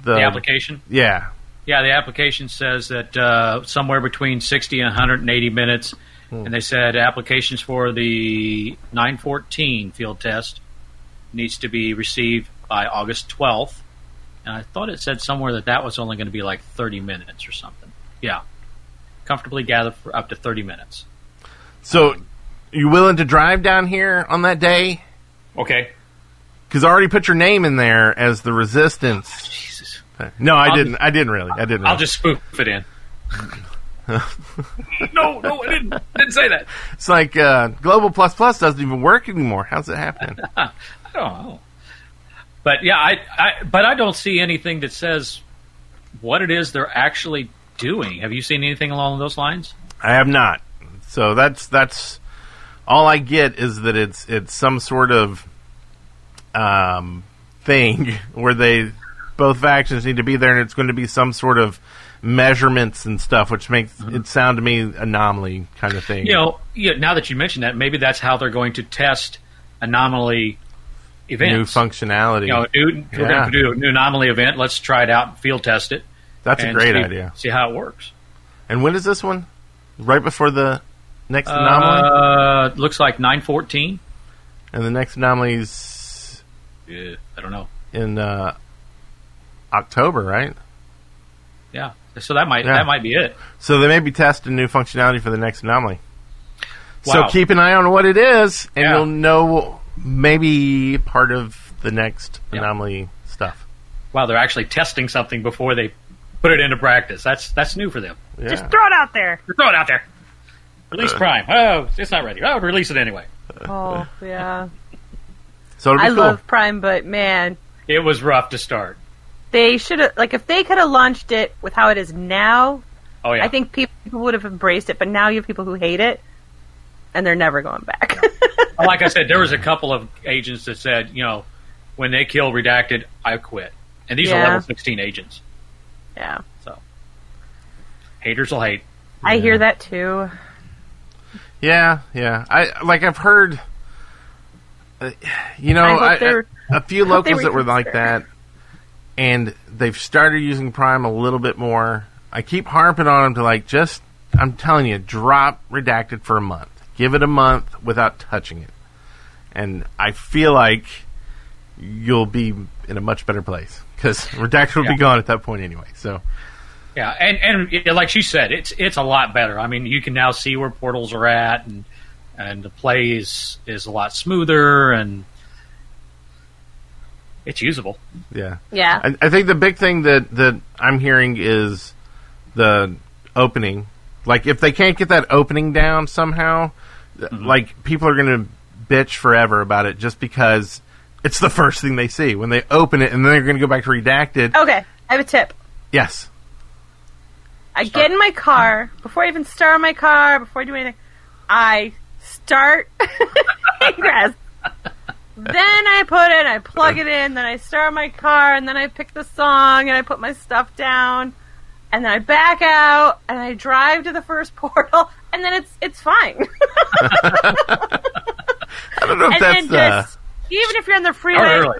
The,
The application.
Yeah.
Yeah, the application says that uh, somewhere between 60 and 180 minutes. And they said applications for the 914 field test needs to be received by August 12th. And I thought it said somewhere that that was only going to be like 30 minutes or something. Yeah. Comfortably gather for up to 30 minutes.
So, you willing to drive down here on that day?
Okay.
Because I already put your name in there as the resistance.
Oh, Jesus.
No, I
I'll
didn't. I didn't really. I didn't.
I'll
really.
just spoof it in. no, no, I didn't. I didn't say that.
It's like uh, Global Plus Plus doesn't even work anymore. How's it happening?
I don't know. Oh, But yeah, I, I but I don't see anything that says what it is they're actually doing. Have you seen anything along those lines?
I have not. So that's that's all I get is that it's it's some sort of um, thing where they both factions need to be there, and it's going to be some sort of measurements and stuff, which makes it sound to me anomaly kind of thing.
You know, yeah, now that you mention that, maybe that's how they're going to test anomaly events.
new functionality.
You know, new, we're
Yeah.
going to do a new anomaly event. Let's try it out and field test it.
that's a
and
great
see-
idea.
See how it works.
And when is this one? Right before the next anomaly,
Uh, looks like nine fourteen.
and the next anomaly's
Yeah, I don't know.
in uh, October, right?
Yeah, so that might
Yeah.
that might be it.
So they may be testing new functionality for the next anomaly.
Wow.
So keep an eye on what it is, and
Yeah.
you'll know maybe part of the next
Yeah.
anomaly stuff.
Wow, they're actually testing something before they put it into practice. That's that's new for them.
Yeah.
Just throw it out there.
Throw it out there. Release Prime. Oh, it's not ready. I would release it anyway.
Oh yeah,
so it'll be
I
cool.
love Prime, but man,
It was rough to start.
they should have like if they could have launched it with how it is now.
Oh yeah.
I think people would have embraced it, but now you have people who hate it, and they're never going back.
like I said, there was a couple of agents that said, you know, when they kill redacted, I quit. And these are
Yeah.
level sixteen agents.
yeah,
So haters will hate.
I hear that too.
yeah, yeah. I like. I've heard. Uh, you know,
I hope
I-
they're-
a few
hope they
locals that were like that,
reconsider.
and they've started using Prime a little bit more. I keep harping on them to like just. I'm telling you, drop redacted for a month. Give it a month without touching it, and I feel like you'll be in a much better place because redacted will
Yeah.
be gone at that point anyway. So
Yeah, and and yeah, like she said, it's it's a lot better. I mean, you can now see where portals are at, and and the play is, is a lot smoother, and it's usable.
yeah,
Yeah,
I, I think the big thing that that I'm hearing is the opening. Like, if they can't get that opening down somehow, th- like people are going to bitch forever about it just because it's the first thing they see when they open it, and then they're going to go back to redacted.
okay. I have a tip.
Yes,
I get in my car before I even start my car, before I do anything. I start Ingress. then I put it, I plug it in, then I start my car, and then I pick the song, and I put my stuff down, and then I back out, and I drive to the first portal, and then it's it's fine.
I don't know if
and
that's uh,
then
the
just even if you're on the
Start
freeway,
early.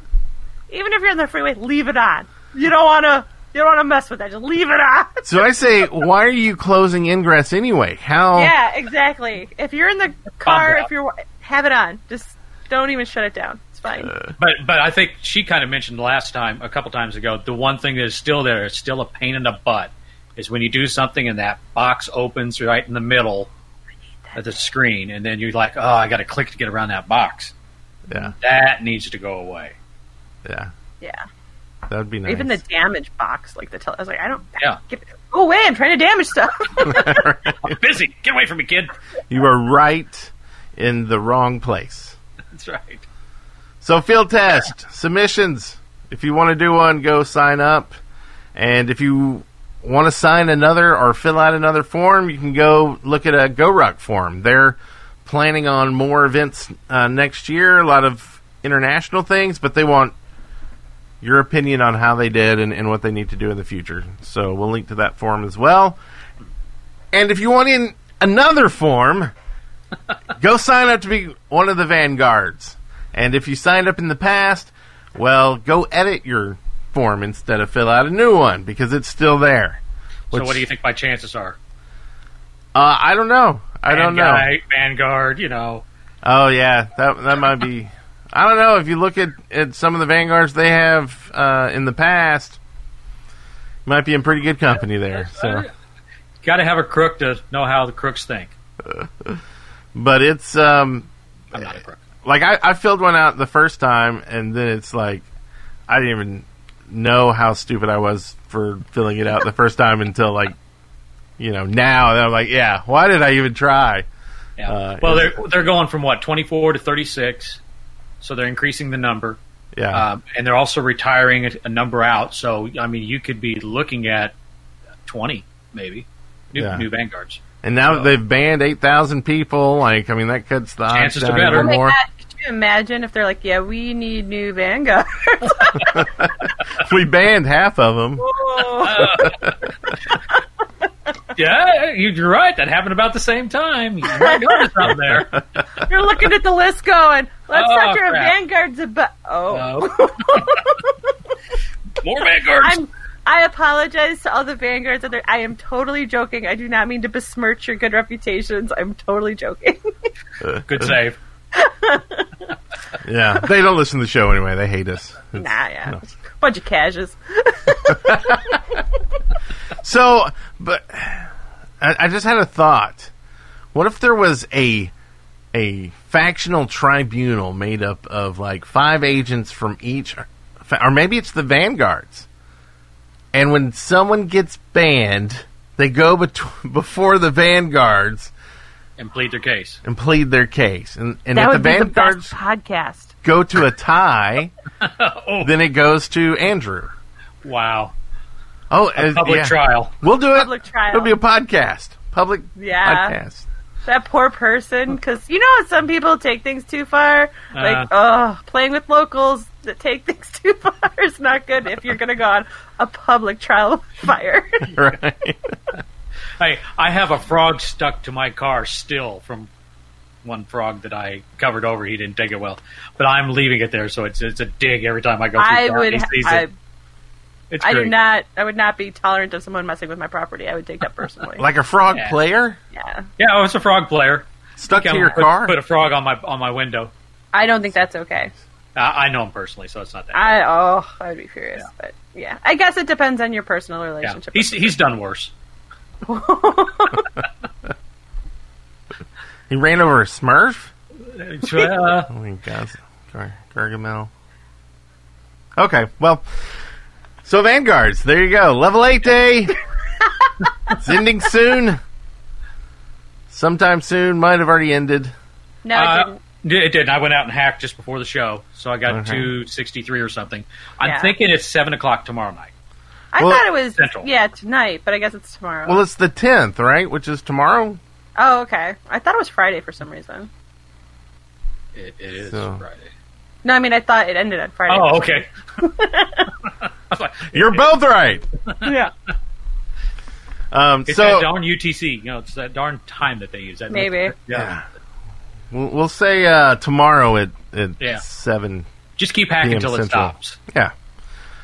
even if you're on the freeway, leave it on. You don't wanna you don't wanna mess with that. Just leave it on.
so I say, why are you closing ingress anyway?
Oh.
How?
Yeah, exactly. If you're in the car,
down.
if you're have it on, just don't even shut it down. It's fine.
But but I think she kind of mentioned last time, a couple times ago, the one thing that is still there, it's still a pain in the butt, is when you do something and that box opens right in the middle of the screen, and then you're like, oh, I got to click to get around that box.
yeah,
That needs to go away.
yeah.
yeah.
That would be nice.
Even the damage box, like the tele- I was like, I don't.
Yeah.
Get, go away! I'm trying to damage stuff.
I'm busy. Get away from me, kid.
you are right in the wrong place.
That's right.
So field test submissions. If you want to do one, go sign up. And if you want to sign another or fill out another form, you can go look at a GoRock form. They're planning on more events uh, next year, a lot of international things, but they want your opinion on how they did and, and what they need to do in the future. So we'll link to that form as well. And if you want in another form, go sign up to be one of the vanguards. And if you signed up in the past, well, go edit your form instead of fill out a new one because it's still there.
so
Which-
what do you think my chances are?
Uh, I don't know. I don't know.
Vanguard, Vanguard, you know.
Oh yeah, that that might be. I don't know if you look at, at some of the vanguards they have uh, in the past, you might be in pretty good company there. So,
Got to have a crook to know how the crooks think.
but it's um
I'm not a crook.
like I, I filled one out the first time, and then it's like I didn't even know how stupid I was for filling it out the first time until like you know, now that I'm like, yeah, why did I even try?
Yeah.
Uh,
well,
is-
they're they're going from what twenty four to thirty six, so they're increasing the number,
Yeah.
um, and they're also retiring a, a number out. So I mean, you could be looking at twenty maybe new
Yeah.
new vanguards.
and now that
so-
they've banned 8,000 people, like, I mean, that cuts the odds
Chances are
down
better.
even
Oh my
more.
god! Could you imagine if they're like, "Yeah, we need new Vanguard."
we banned half of them.
Oh.
Whoa.
Yeah, you're right. That happened about the same time. You might notice out there.
You're looking at the list, going, "Let's
Oh,
talk to our
crap. Uh,
Vanguards about." Oh,
So- More vanguards.
I'm. I apologize to all the Vanguards out there. I am totally joking. I do not mean to besmirch your good reputations. I'm totally joking.
Good save.
Yeah. They don't listen to the show anyway. They hate us.
nah, yeah, bunch of cashes.
So, but I, I just had a thought. What if there was a a factional tribunal made up of like five agents from each, fa- or maybe it's the vanguards. And when someone gets banned, they go bet- before the vanguards
And plead their case.
and plead their case. And, and
That
if the
would be the
vanguards
best podcast.
go to a tie,
Oh.
then it goes to Andrew.
Wow.
Oh, uh,
Public
yeah.
trial.
We'll do it.
Public trial.
It'll be a podcast. Public
Yeah.
podcast.
that poor person because you know how some people take things too far
Uh.
like oh playing with locals that take things too far is not good if you're gonna go on a public trial of fire
Right.
Hey, I have a frog stuck to my car still from one frog that I covered over. He didn't dig it well, but I'm leaving it there, so it's it's a dig every time I go. Through
i
town.
would
He sees
I,
it. It's
I do
great.
not i would not be tolerant of someone messing with my property i would take that personally
like a frog
Yeah.
player
yeah
Yeah, I was a frog player.
stuck to
Come
your
put,
car.
Put a frog on my on my window. Uh,
i don't think that's okay
I, I know him personally, so it's not that.
i oh i would be furious but yeah i guess it depends on your personal
yeah.
relationship
He's he's done worse.
he ran over a Smurf.
Uh,
Oh my God, Gar- Gargamel. Okay, well, so vanguards. There you go. Level eight day. it's ending soon. Sometime soon. Might have already ended.
no it
Uh,
didn't
it didn't. I went out and hacked just before the show, so I got
Okay.
263 or something. I'm
Yeah.
thinking it's 7 o'clock tomorrow night.
i
well,
thought it was
Central.
yeah tonight but i guess it's tomorrow
Well, it's the tenth, right? Which is tomorrow.
oh okay i thought it was friday for some reason
It, it is
So.
Friday.
No, I mean I thought it ended on Friday.
Oh, okay.
You're both right.
yeah,
Um,
It's
so
that darn UTC. You know, it's that darn time that they use. That
Maybe.
Yeah.
we'll, we'll say uh, tomorrow at, at
Yeah.
seven.
Just keep hacking
PM
until it
Central.
stops.
Yeah.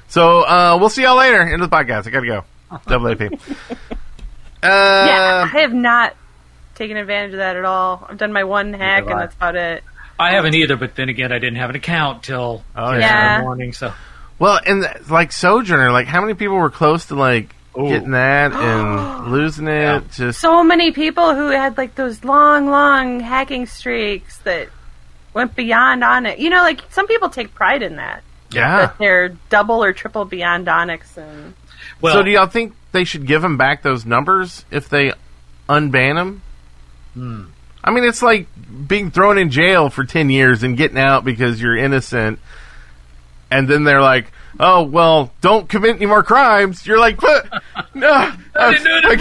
So uh, we'll see y'all later. End of the podcast. I gotta go. Double AP. Uh,
yeah. I have not taken advantage of that at all. I've done my one hack,
have I.
and that's about it.
I haven't either, but then again, I didn't have an account till
Oh,
yesterday
yeah.
morning. So
Well, and like Sojourner, like how many people were close to like
Ooh.
getting that and losing it?
Yeah.
Just
So many people who had like those long, long hacking streaks that went beyond Onyx. You know, like some people take pride in that.
yeah.
That they're double or triple beyond Onyx, and
well,
so do y'all think they should give them back those numbers if they unban them?
Hmm.
I mean, it's like being thrown in jail for ten years and getting out because you're innocent, and then they're like, "Oh well, don't commit any more crimes." You're like, "But no, I,
didn't do it."
I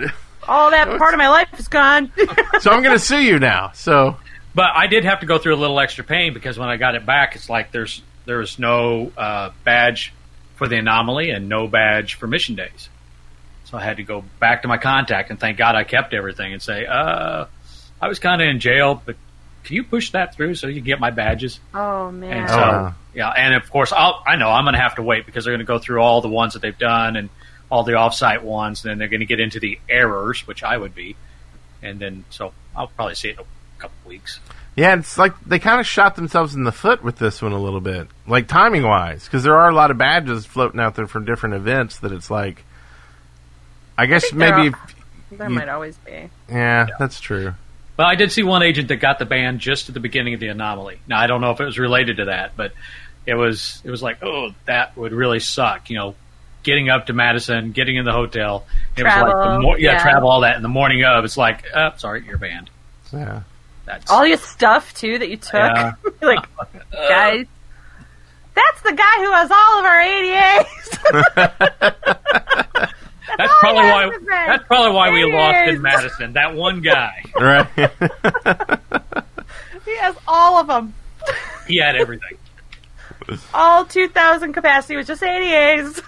get
all that part of my life is gone.
out, so I'm going to sue you now." So
but I did have to go through a little extra pain because when I got it back, it's like there's there was no uh, badge for the anomaly and no badge for mission days. So I had to go back to my contact and thank God I kept everything and say, uh, I was kind of in jail, but can you push that through so you can get my badges?
oh
And
man.
so,
Oh, wow.
yeah, and of course, I'll, I know I'm going to have to wait because they're going to go through all the ones that they've done and all the offsite ones, and then they're going to get into the errors, which I would be, and then so I'll probably see it in a couple weeks.
Yeah, it's like they kind of shot themselves in the foot with this one a little bit, like timing wise, because there are a lot of badges floating out there from different events that it's like. I guess
they're
maybe,
all- there might always be.
yeah, that's true.
Well, I did see one agent that got the ban just at the beginning of the anomaly. Now I don't know if it was related to that, but it was it was like, oh, that would really suck. You know, getting up to Madison, getting in the hotel. It was like the
Travel,
mor- yeah,
yeah.
travel all that. And the morning of, it's like, uh, sorry, you're banned.
Yeah.
That's
All your stuff too that you took.
Yeah.
like
Uh.
guys. That's the guy who has all of our ADAs.
that's probably
I
why
have to say.
that's probably why we
There he
lost
is.
in Madison. That one guy,
Right.
he has all of them.
he had everything.
All 2,000 capacity was just ADAs.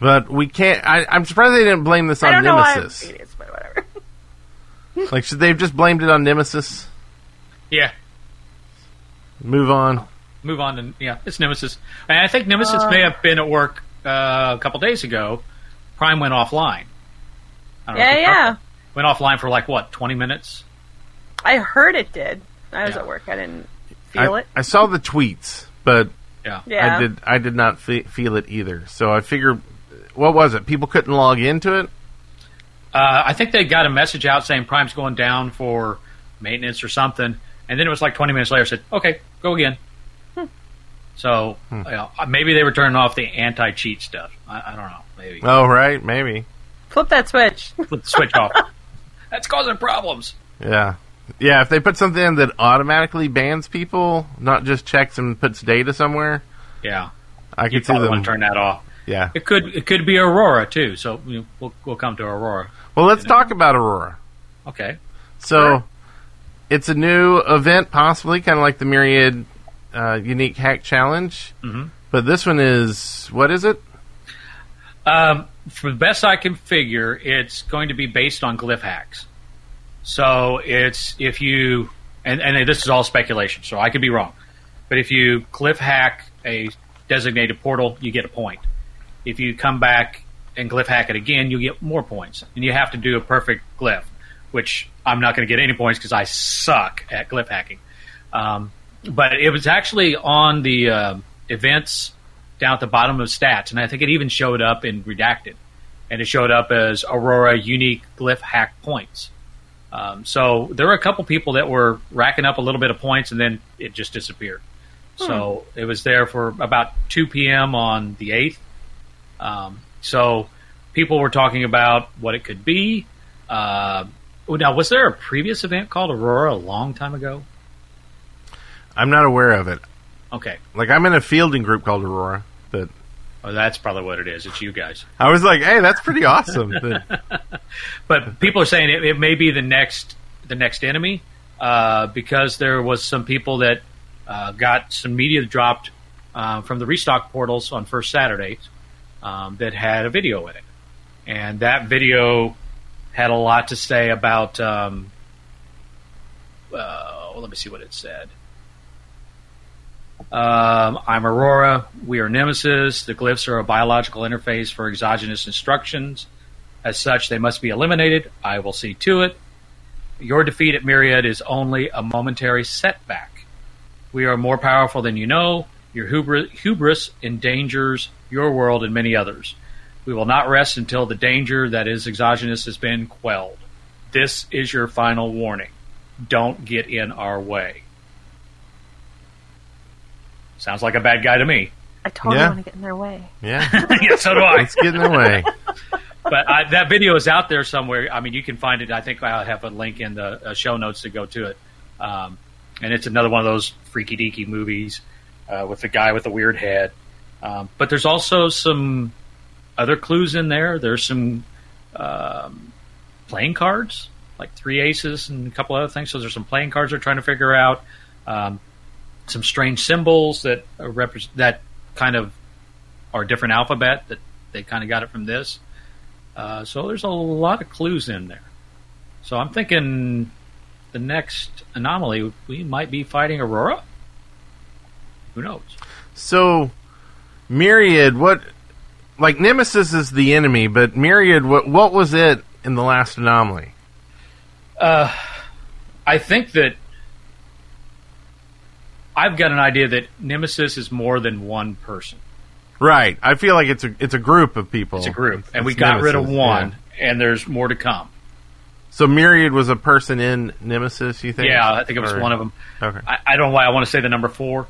but we can't. I, I'm surprised they didn't blame this
I
on
don't know why I'm
Nemesis.
ADAs, but whatever.
Like, should they have just blamed it on Nemesis?
Yeah,
Move on.
move on to yeah, it's Nemesis. And I think Nemesis may have been at work uh, a couple days ago. Prime went offline. I don't know if
Yeah,
you heard
yeah.
that. Went offline for like what, twenty minutes?
I heard it did. I was
Yeah.
at work. I didn't feel
I,
it.
I saw the tweets, but
Yeah.
Yeah.
I did. I did not fe- feel it either. So I figured, what was it? People couldn't log into it.
Uh, I think they got a message out saying Prime's going down for maintenance or something, and then it was like twenty minutes later said, "Okay, go again."
Hmm.
So you know, maybe they were turning off the anti-cheat stuff. I, I don't know. Maybe
Oh, right. Maybe.
Flip that switch.
flip the switch off. That's causing problems.
Yeah. Yeah, if they put something in that automatically bans people, not just checks and puts data somewhere,
Yeah,
I
you
could see
probably
them.
want to turn that off.
Yeah.
It could it could be Aurora too. So you know, we'll we'll come to Aurora.
Well, let's talk about Aurora.
Okay.
So, it's a new event, possibly kind of like the Myriad uh, Unique Hack Challenge. Mm-hmm. But this one is what is it?
Um, for the best I can figure, it's going to be based on glyph hacks. So it's if you and, and this is all speculation, so I could be wrong. But if you glyph hack a designated portal, you get a point. If you come back and glyph hack it again, you get more points. And you have to do a perfect glyph, which I'm not going to get any points because I suck at glyph hacking. Um, but it was actually on the um events down at the bottom of stats, and I think it even showed up in redacted, and it showed up as Aurora unique glyph hack points. Um, so there were a couple people that were racking up a little bit of points, and then it just disappeared. So it was there for about 2 p.m. on the 8th. Um, so people were talking about what it could be. Uh, now, was there a previous event called Aurora a long time ago?
I'm not aware of it.
Okay,
Like I'm in a fielding group called Aurora, but
well, that's probably what it is. It's you guys.
I was like, hey, that's pretty awesome. But-
but people are saying it, it may be the next the next enemy uh, because there was some people that uh, got some media dropped uh, from the restock portals on first Saturday um, that had a video in it, and that video had a lot to say about. Um, uh, let me see what it said. Um, I'm Aurora. We are Nemesis. The glyphs are a biological interface for exogenous instructions. As such, they must be eliminated. I will see to it. Your defeat at Myriad is only a momentary setback. We are more powerful than you know. Your hubris, hubris endangers your world and many others. We will not rest until the danger that is exogenous has been quelled. This is your final warning. Don't get in our way. Sounds like a bad guy to me.
I totally
Yeah.
want to get in their way.
yeah,
yeah, so do I.
it's getting away.
but I, that video is out there somewhere. I mean, you can find it. I think I'll have a link in the uh, show notes to go to it. Um, and it's another one of those freaky deaky movies uh, with the guy with the weird head. Um, but there's also some other clues in there. There's some um, playing cards, like three aces and a couple other things. So there's some playing cards they're trying to figure out. Um, some strange symbols that are repres that kind of are different alphabet that they kind of got it from this. Uh, so there's a lot of clues in there. So I'm thinking the next anomaly, we might be fighting Aurora. Who knows?
So, Myriad, what? Like Nemesis is the enemy, but Myriad, what? What was it in the last anomaly?
I think that I've got an idea that Nemesis is more than one person.
Right. I feel like it's a it's a group of people.
It's a group, and we
It's
got rid
Oh,
of
Nemesis,
one,
yeah.
and there's more to come.
So Myriad was a person in Nemesis. You think?
Yeah, I think it was
Or-
one of them.
Okay.
I, I don't know why I want to say the number four.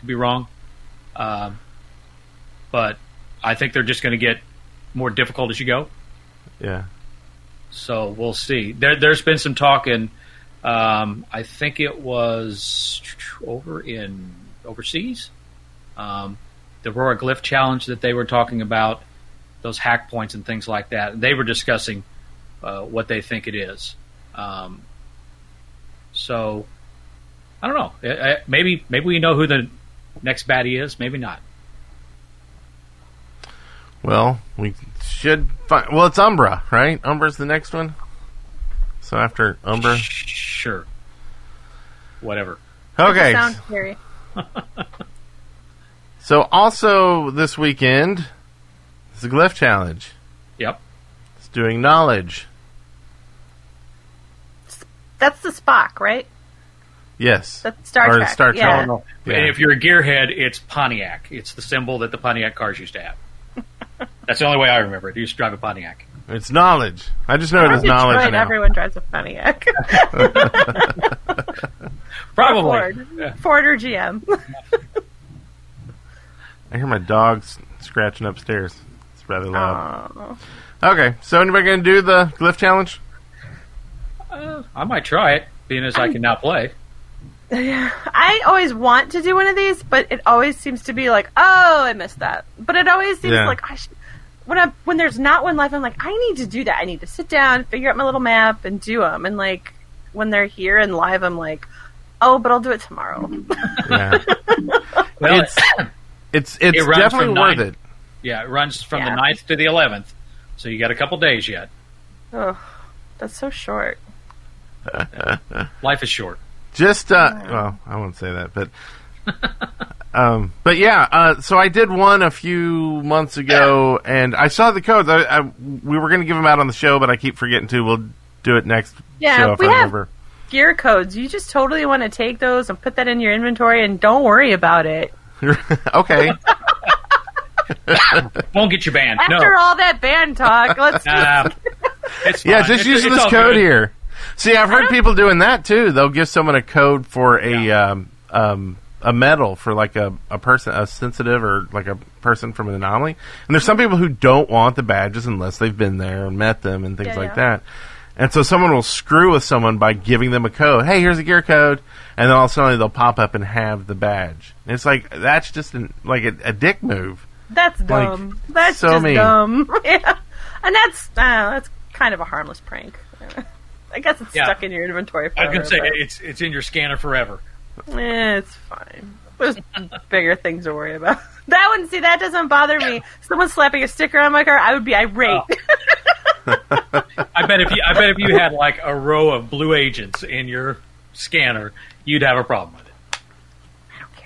Could be wrong. Um, but I think they're just going to get more difficult as you go.
Yeah.
So we'll see. There, there's been some talk in, um, I think it was over in overseas, um, the Aurora Glyph Challenge that they were talking about, those hack points and things like that. They were discussing uh, what they think it is. Um, so I don't know. I- I- Maybe maybe we know who the next baddie is. Maybe not.
Well, we should find. Well, it's Umbra, right? Umbra's the next one. So after Umbra,
Sure. Whatever.
okay.
Sound scary.
So also this weekend, it's the Glyph Challenge.
Yep.
It's doing knowledge.
That's the Spock, right?
Yes.
That's Star
Or
Trek.
Star Trek.
Yeah.
Yeah.
And if you're a gearhead, it's Pontiac. It's the symbol that the Pontiac cars used to have. That's the only way I remember it. You used to drive a Pontiac.
It's knowledge. I just know it
From
is knowledge
Detroit,
now.
everyone drives a Pontiac.
Probably.
Ford. Ford or GM.
I hear my dogs scratching upstairs. It's rather loud.
Oh.
Okay, so anybody gonna do the glyph challenge?
Uh, I might try it, being as I can now play.
I always want to do one of these, but it always seems to be like, oh, I missed that. But it always seems
Yeah.
like I should. When I when there's not one live, I'm like, I need to do that. I need to sit down, figure out my little map, and do them. And like when they're here and live, I'm like, oh, but I'll do it tomorrow.
Yeah,
Well,
It's- it's it's
It runs
definitely
from
worth
nine-
it.
yeah, it runs from
Yeah.
the 9th to the 11th, so you got a couple days yet.
Ugh, that's so short.
Life is short.
Just uh, well, I won't say that, but um, but yeah. Uh, so I did one a few months ago, and I saw the codes. I, I we were gonna give them out on the show, but I keep forgetting to. We'll do it next
Yeah,
show if
we
I
have-
remember.
Gear codes. You just totally want to take those and put that in your inventory, and don't worry about it.
okay,
Won't get you banned.
After
no.
all that band talk, let's just
Uh, it's
yeah,
fine.
just
It's-
use
it's
this
all
code
good.
here. See, I've heard people doing that too. They'll give someone a code for a um, um, a medal for like a, a person a sensitive or like a person from an anomaly. And there's some people who don't want the badges unless they've been there and met them and things
Yeah,
like
yeah.
that. And so someone will screw with someone by giving them a code. Hey, here's a gear code, and then all of a sudden they'll pop up and have the badge. And it's like that's just an, like a, a dick move.
That's dumb. that's
so
just
mean.
dumb. yeah. And that's uh, that's kind of a harmless prank. I guess it's
Yeah.
stuck in your inventory
I
forever.
was going to say,
but,
it's, it's in your scanner forever.
eh, it's fine. There's bigger things to worry about. That one, see, that doesn't bother me. Someone slapping a sticker on my car, I would be irate.
Oh. I bet if you, I bet if you had like a row of blue agents in your scanner, you'd have a problem with it.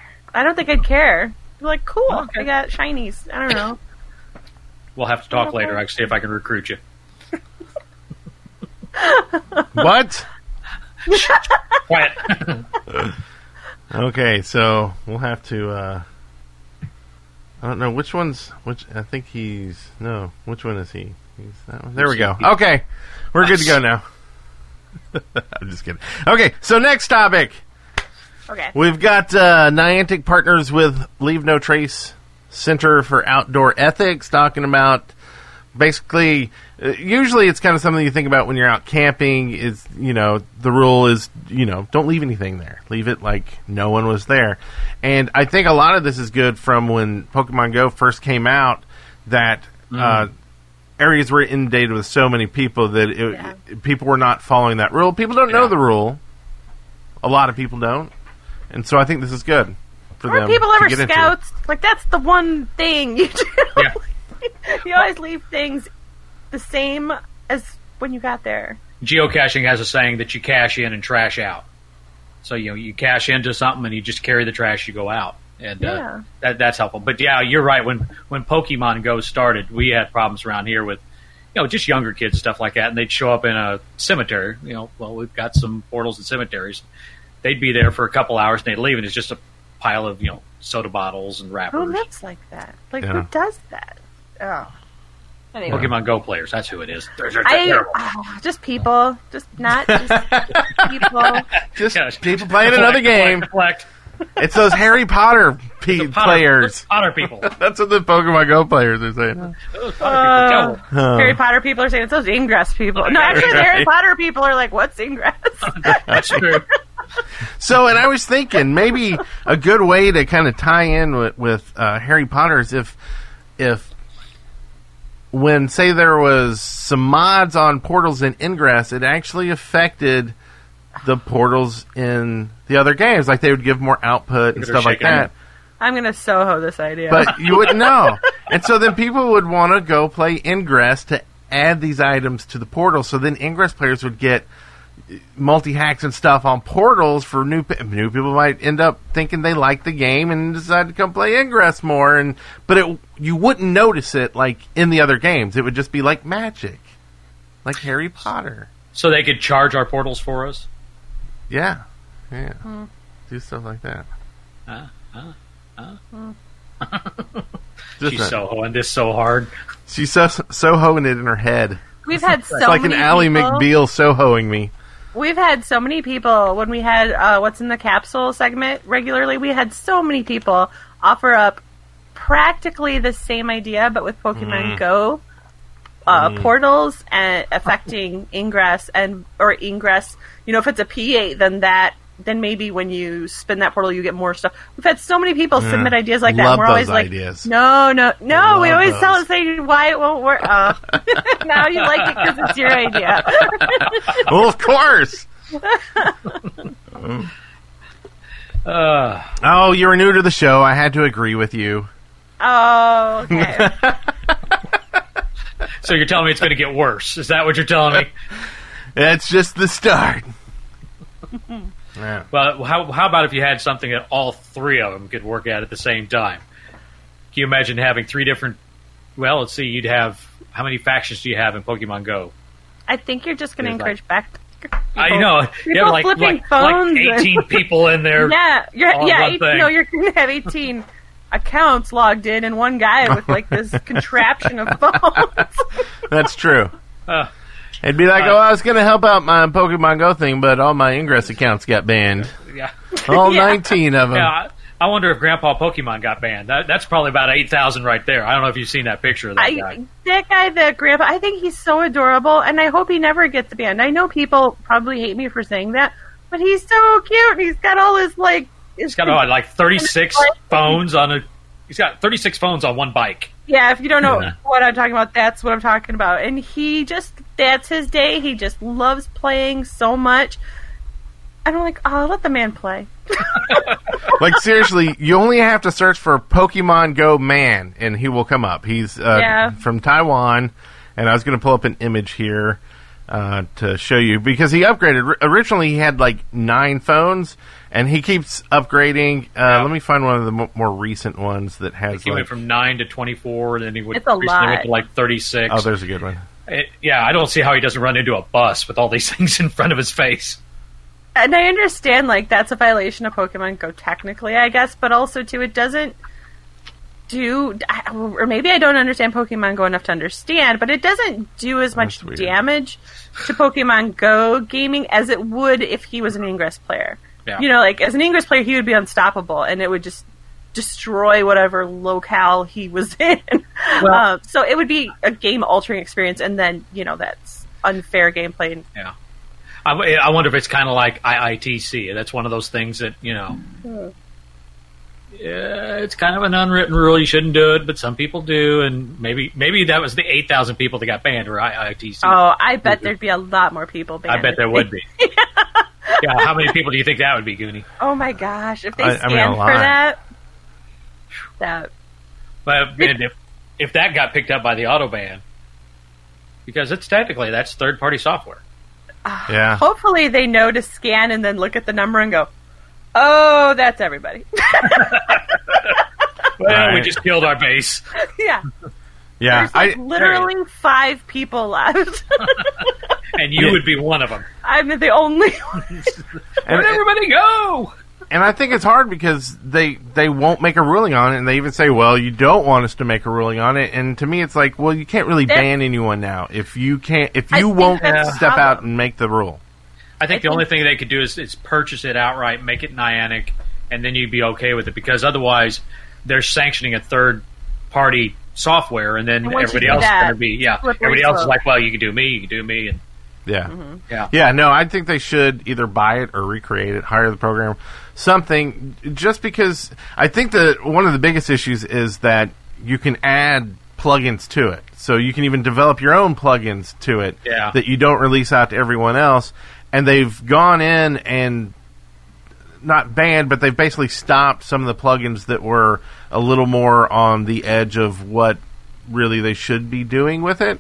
I don't think I'd care. Be like, cool,
Okay.
I got shinies. I don't know.
We'll have to talk later. I can see if I can recruit you.
what?
Quiet.
Okay, so we'll have to. Uh, I don't know which one's which. I think he's no. Which one is he? He's that one. There we go. Okay, we're good to go now. I'm just kidding. Okay, so next topic,
Okay.
we've got uh, Niantic partners with Leave No Trace Center for Outdoor Ethics, talking about basically uh, usually it's kind of something you think about when you're out camping is you know the rule is you know don't leave anything there leave it like no one was there and i think a lot of this is good from when pokemon go first came out that uh, areas were inundated with so many people that it,
Yeah.
people were not following that rule people don't know
Yeah.
the rule a lot of people don't and so i think this is good for
Aren't
them
people
to
ever
get into.
scouts? Like, that's the one thing you do.
Yeah.
you always leave things the same as when you got there.
Geocaching has a saying that you cash in and trash out. So you know you cash into something and you just carry the trash. You go out, and
Yeah.
uh, that, that's helpful. But yeah, you're right. When when Pokemon Go started, we had problems around here with you know just younger kids stuff like that, and they'd show up in a cemetery. You know, well we've got some portals and cemeteries. They'd be there for a couple hours and they'd leave, and it's just a pile of you know soda bottles and
Who
wrappers.
lives Oh, like that? Like
Yeah.
who does that? Oh. Anyway.
Pokemon Go players, that's who it is. They're- they're
I
terrible.
oh, just people, just not just people.
just
Yeah.
people playing another
Collect,
game
collect, collect.
It's those Harry Potter pe-
Potter,
players.
Potter people.
That's what the Pokemon Go players are saying.
Those Potter people. Go.
Harry Potter people are saying it's those Ingress people. No, actually, the Harry Potter people are like, "What's Ingress?"
That's true.
So, and I was thinking maybe a good way to kind of tie in with, with uh, Harry Potter is if, if when say there was some mods on portals in Ingress, it actually affected the portals in the other games. Like they would give more output and
They're
stuff like
shaking
that.
it.
I'm gonna Soho this idea.
but you wouldn't know. And so then people would want to go play Ingress to add these items to the portal. So then Ingress players would get multi hacks and stuff on portals for new pe- new people might end up thinking they like the game and decide to come play Ingress more. And but it you wouldn't notice it like in the other games. It would just be like magic, like Harry Potter.
So they could charge our portals for us.
Yeah, yeah.
Hmm.
Do stuff like that.
Uh,
Just
She's
a-
sohoing this so hard.
she's so sohoing it in her head.
we've had so
It's like an
many
Ally
people-
McBeal sohoing me.
We've had so many people when we had uh, what's in the capsule segment regularly. We had so many people offer up practically the same idea, but with
Mm.
Pokemon Go uh, portals and affecting ingress and or ingress. You know, if it's a P eight, then that then maybe when you spin that portal, you get more stuff. We've had so many people submit ideas like that.
Love
and we're
those
always like,
ideas.
no, no, no. We
Love
always tell
those.
us they- why it won't work. Oh. now you like it because it's your idea.
well, of course.
Uh,
Oh, you were new to the show. I had to agree with you.
oh, okay.
so you're telling me it's going to get worse? Is that what you're telling me?
That's just the start. yeah.
Well, how, how about if you had something that all three of them could work at at the same time? Can you imagine having three different? Well, let's see. You'd have how many factions do you have in Pokemon Go?
I think you're just going to
There's,
encourage back.
I know. You
People
have like,
flipping
like,
phones
like
and-
18 people in there.
Yeah, you're,
all
yeah.
one
18,
thing.
no, you're going to have 18 accounts logged in and one guy with like this contraption of phones.
That's true.
Uh.
It'd be like, oh, I was going to help out my Pokemon Go thing, but all my Ingress accounts got banned.
Yeah.
All
Yeah.
19 of them.
Yeah, I, I wonder if Grandpa Pokemon got banned. That, that's probably about 8,000 right there. I don't know if you've seen that picture of that guy.
I, that guy, the grandpa, I think he's so adorable, and I hope he never gets banned. I know people probably hate me for saying that, but he's so cute. and He's got all his like.
He's got oh, like 36 phones on a. He's got 36 phones on one bike.
Yeah, if you don't know
Yeah.
what I'm talking about, that's what I'm talking about. And he just, that's his day. He just loves playing so much. And I'm like, oh, let the man play.
Like, seriously, you only have to search for Pokemon Go Man, and he will come up. He's uh,
Yeah.
from Taiwan, and I was going to pull up an image here uh, to show you because he upgraded. Ri- Originally, he had like nine phones, and he keeps upgrading. Uh, Let me find one of the mo- more recent ones that has
He
like.
went from 9 to 24, and then he would
It's a
recently went
lot.
to like 36.
oh, there's a good one.
It- yeah, I don't see how he doesn't run into a bus with all these things in front of his face.
And I understand, like, that's a violation of Pokemon Go, technically, I guess, but also, too, it doesn't do, I- or maybe I don't understand Pokemon Go enough to understand, but it doesn't do as much
That's weird.
damage to Pokemon Go gaming as it would if he was an Ingress player.
Yeah.
You know, like, as an Ingress player, he would be unstoppable, and it would just destroy whatever locale he was in.
Well-
um, so it would be a game altering experience, and then, you know, that's unfair gameplay and
Yeah. I, I wonder if it's kind of like IITC. That's one of those things that, you know.
Hmm.
Yeah, it's kind of an unwritten rule. You shouldn't do it, but some people do, and maybe maybe that was the eight thousand people that got banned or IITC.
Oh, I bet there'd be a lot more people banned.
I bet there would be. yeah, how many people do you think that would be, Goonie?
Oh my gosh, if they
I- I mean, a
stand
lot.
for that, that
But and if if that got picked up by the auto ban, because it's technically that's third party software.
Yeah.
hopefully they know to scan and then look at the number and go, "Oh, that's everybody."
Well, we
Right.
just killed our base.
yeah,
Yeah.
there's
I,
like literally five people left.
and you would be one of them.
I'm the only one.
and,
Everybody go!
and I think it's hard because they they won't make a ruling on it, and they even say, "Well, you don't want us to make a ruling on it." And to me, it's like, well, you can't really
That's-
ban anyone now if you can't if
I
you
think
won't
that's the
step out
problem.
and make the rule.
I
I
think the
think-
only thing they could do is, is purchase it outright, make it Niantic, and then you'd be okay with it because otherwise they're sanctioning a third party software, and then
And once you
everybody
do
else
that,
is going to be yeah,
slippery
everybody else is
slope.
like, well, you can do me, you can do me, and
Yeah.
Mm-hmm.
yeah,
Yeah, no, I think they should either buy it or recreate it, hire the program, something. Just because I think that one of the biggest issues is that you can add plugins to it, so you can even develop your own plugins to it
Yeah.
that you don't release out to everyone else. And they've gone in and not banned, but they've basically stopped some of the plugins that were a little more on the edge of what really they should be doing with it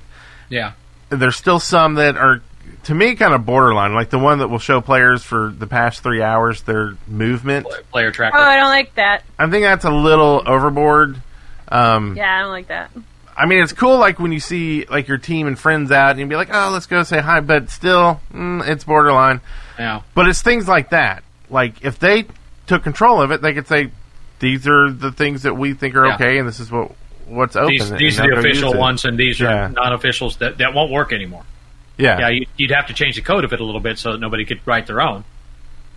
yeah.
there's still some that are to me kind of borderline like the one that will show players for the past three hours their movement
Player tracker.
Oh, I don't like that.
i think that's a little overboard um,
Yeah, I don't like that.
i mean it's cool like when you see like your team and friends out and you be like oh let's go say hi but still mm, it's borderline
yeah.
but it's things like that like if they took control of it they could say these are the things that we think are
Yeah.
okay and this is what what's open
These,
and
these
not
are the
gonna use
official
it.
ones, and these
Yeah.
are non-officials that, that won't work anymore. Yeah, you, you'd have to change the code of it a little bit so that nobody could write their own.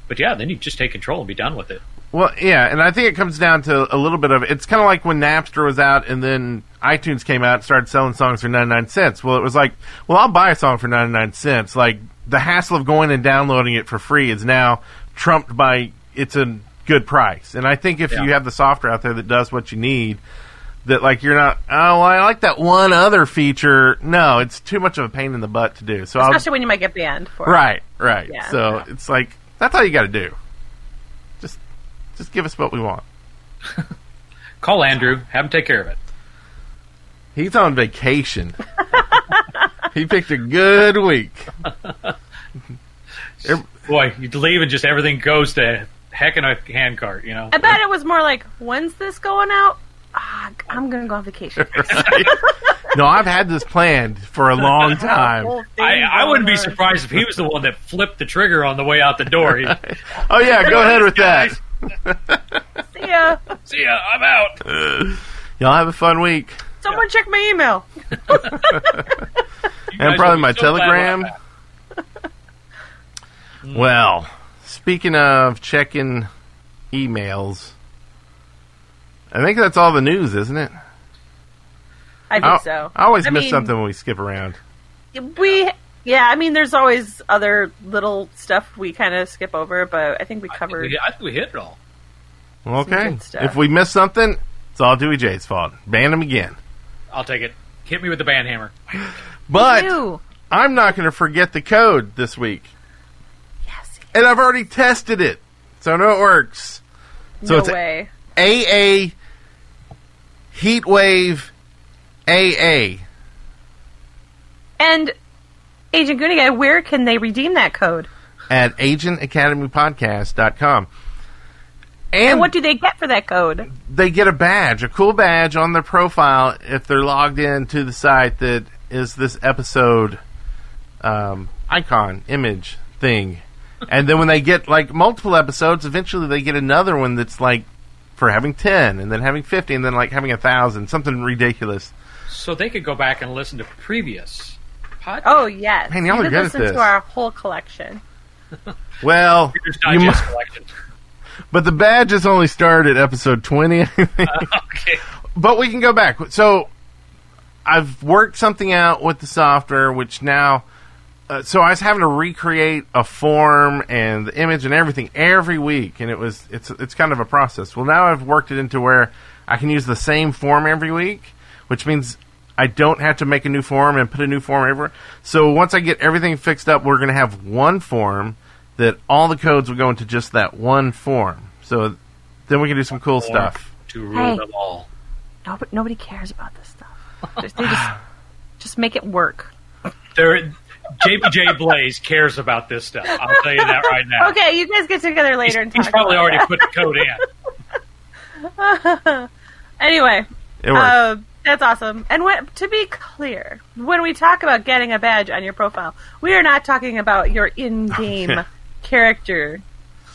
But yeah, then you just take control and be done with it.
Well, yeah, and I think it comes down to a little bit of it's kind of like when Napster was out and then iTunes came out and started selling songs for 99 cents. Well, it was like, well, I'll buy a song for 99 cents. Like the hassle of going and downloading it for free is now trumped by it's a good price. And I think if
Yeah.
you have the software out there that does what you need, that like you're not, oh, well, I like that one other feature. No, it's too much of a pain in the butt to do. So I'll,
Especially when you might get banned for it.
Right, right.
Yeah.
so it's like that's all you got to do. Just, just give us what we want.
Call Andrew, have him take care of it.
He's on vacation. he picked a good week.
Boy, you leave and just everything goes to heck in a handcart, you know.
I bet it was more like, when's this going out? Ah, I'm gonna go on vacation.
no, I've had this planned for a long time.
Whole thing
I, I wouldn't be
going on.
surprised if he was the one that flipped the trigger on the way out the door. He,
Oh yeah, go ahead with that.
See ya.
See ya, I'm out.
Y'all have a fun week.
Someone check my email.
You
And
guys
probably
will be
my
so glad
telegram.
about
Mm.
Well, speaking of checking emails, I think that's all the news, isn't it?
I think
I, Oh,
so.
I always
I
miss
mean-
something when we skip around.
We, yeah, I mean, there's always other little stuff we kind of skip over, but I think we
that.
covered.
I think we hit it all.
Okay.
good stuff.
If we miss something, it's all Dewey J's fault. Ban him again.
I'll take it. Hit me with the band hammer.
But
Ew.
I'm not going to forget the code this week.
Yes.
And I've already tested it. So I know it works. So
no
it's
way.
AA Heatwave AA.
And Agent Goody Guy, where can they redeem that code?
at agentacademypodcast.com. And,
And what do they get for that code?
they get a badge, a cool badge on their profile if they're logged in to the site that is this episode um, icon, image thing. And then when they get like multiple episodes, eventually they get another one that's like for having 10 and then having 50 and then like having a 1,000, something ridiculous.
So they could go back and listen to previous podcasts.
Oh yes,
Man, y'all
you
are
could
good at
listen
this.
to our whole collection.
Well,
Reader's
you
Digest
mu-
collection.
but the badges only start at episode 20, I think.
Okay.
but we can go back. So I've worked something out with the software, which now. Uh, so I was having to recreate a form and the image and everything every week, and it was it's it's kind of a process. Well, now I've worked it into where I can use the same form every week, which means I don't have to make a new form and put a new form everywhere. So once I get everything fixed up, we're going to have one form that all the codes will go into just that one form. So then we can do some cool stuff.
To rule
Hey.
them all.
Nobody, nobody cares about this stuff. Just- they just, just make it work.
There, JBJ Blaze cares about this stuff. I'll tell you that right now.
Okay, you guys get together later and talk.
He's probably
about
already
that.
put the code in.
Anyway,
It works.
uh, that's awesome. And when, to be clear, when we talk about getting a badge on your profile, we are not talking about your in-game
Yeah.
character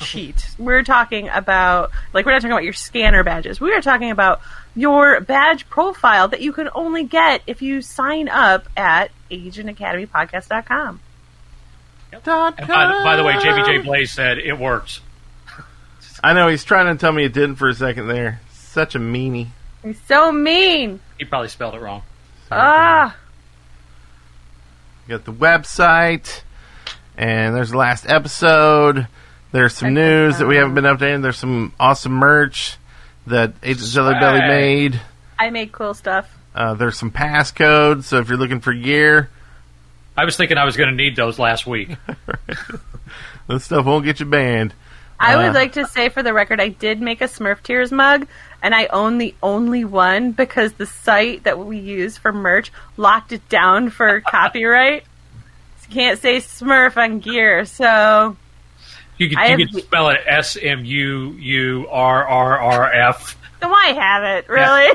sheet. We're talking about like we're not talking about your scanner badges. We are talking about your badge profile that you can only get if you sign up at agentacademypodcast.com.
And by, the- by the way, JBJ Blaze said it works.
I know he's trying to tell me it didn't for a second there. Such a meanie.
He's so mean.
He probably spelled it wrong.
Ah,
We got the website, and there's the last episode. There's some news that we haven't been updating. There's some awesome merch that Agent Jelly Belly
Swag.
made.
I make cool stuff.
Uh, there's some passcodes, so if you're looking for gear,
I was thinking I was going to need those last week.
this stuff won't get you banned.
I
Uh.
would like to say for the record, I did make a Smurf Tears mug, and I own the only one because the site that we use for merch locked it down for copyright. So you can't say Smurf on gear, so
You could,
I
you
have-
could spell it S M U U R R R F.
then why have it, really?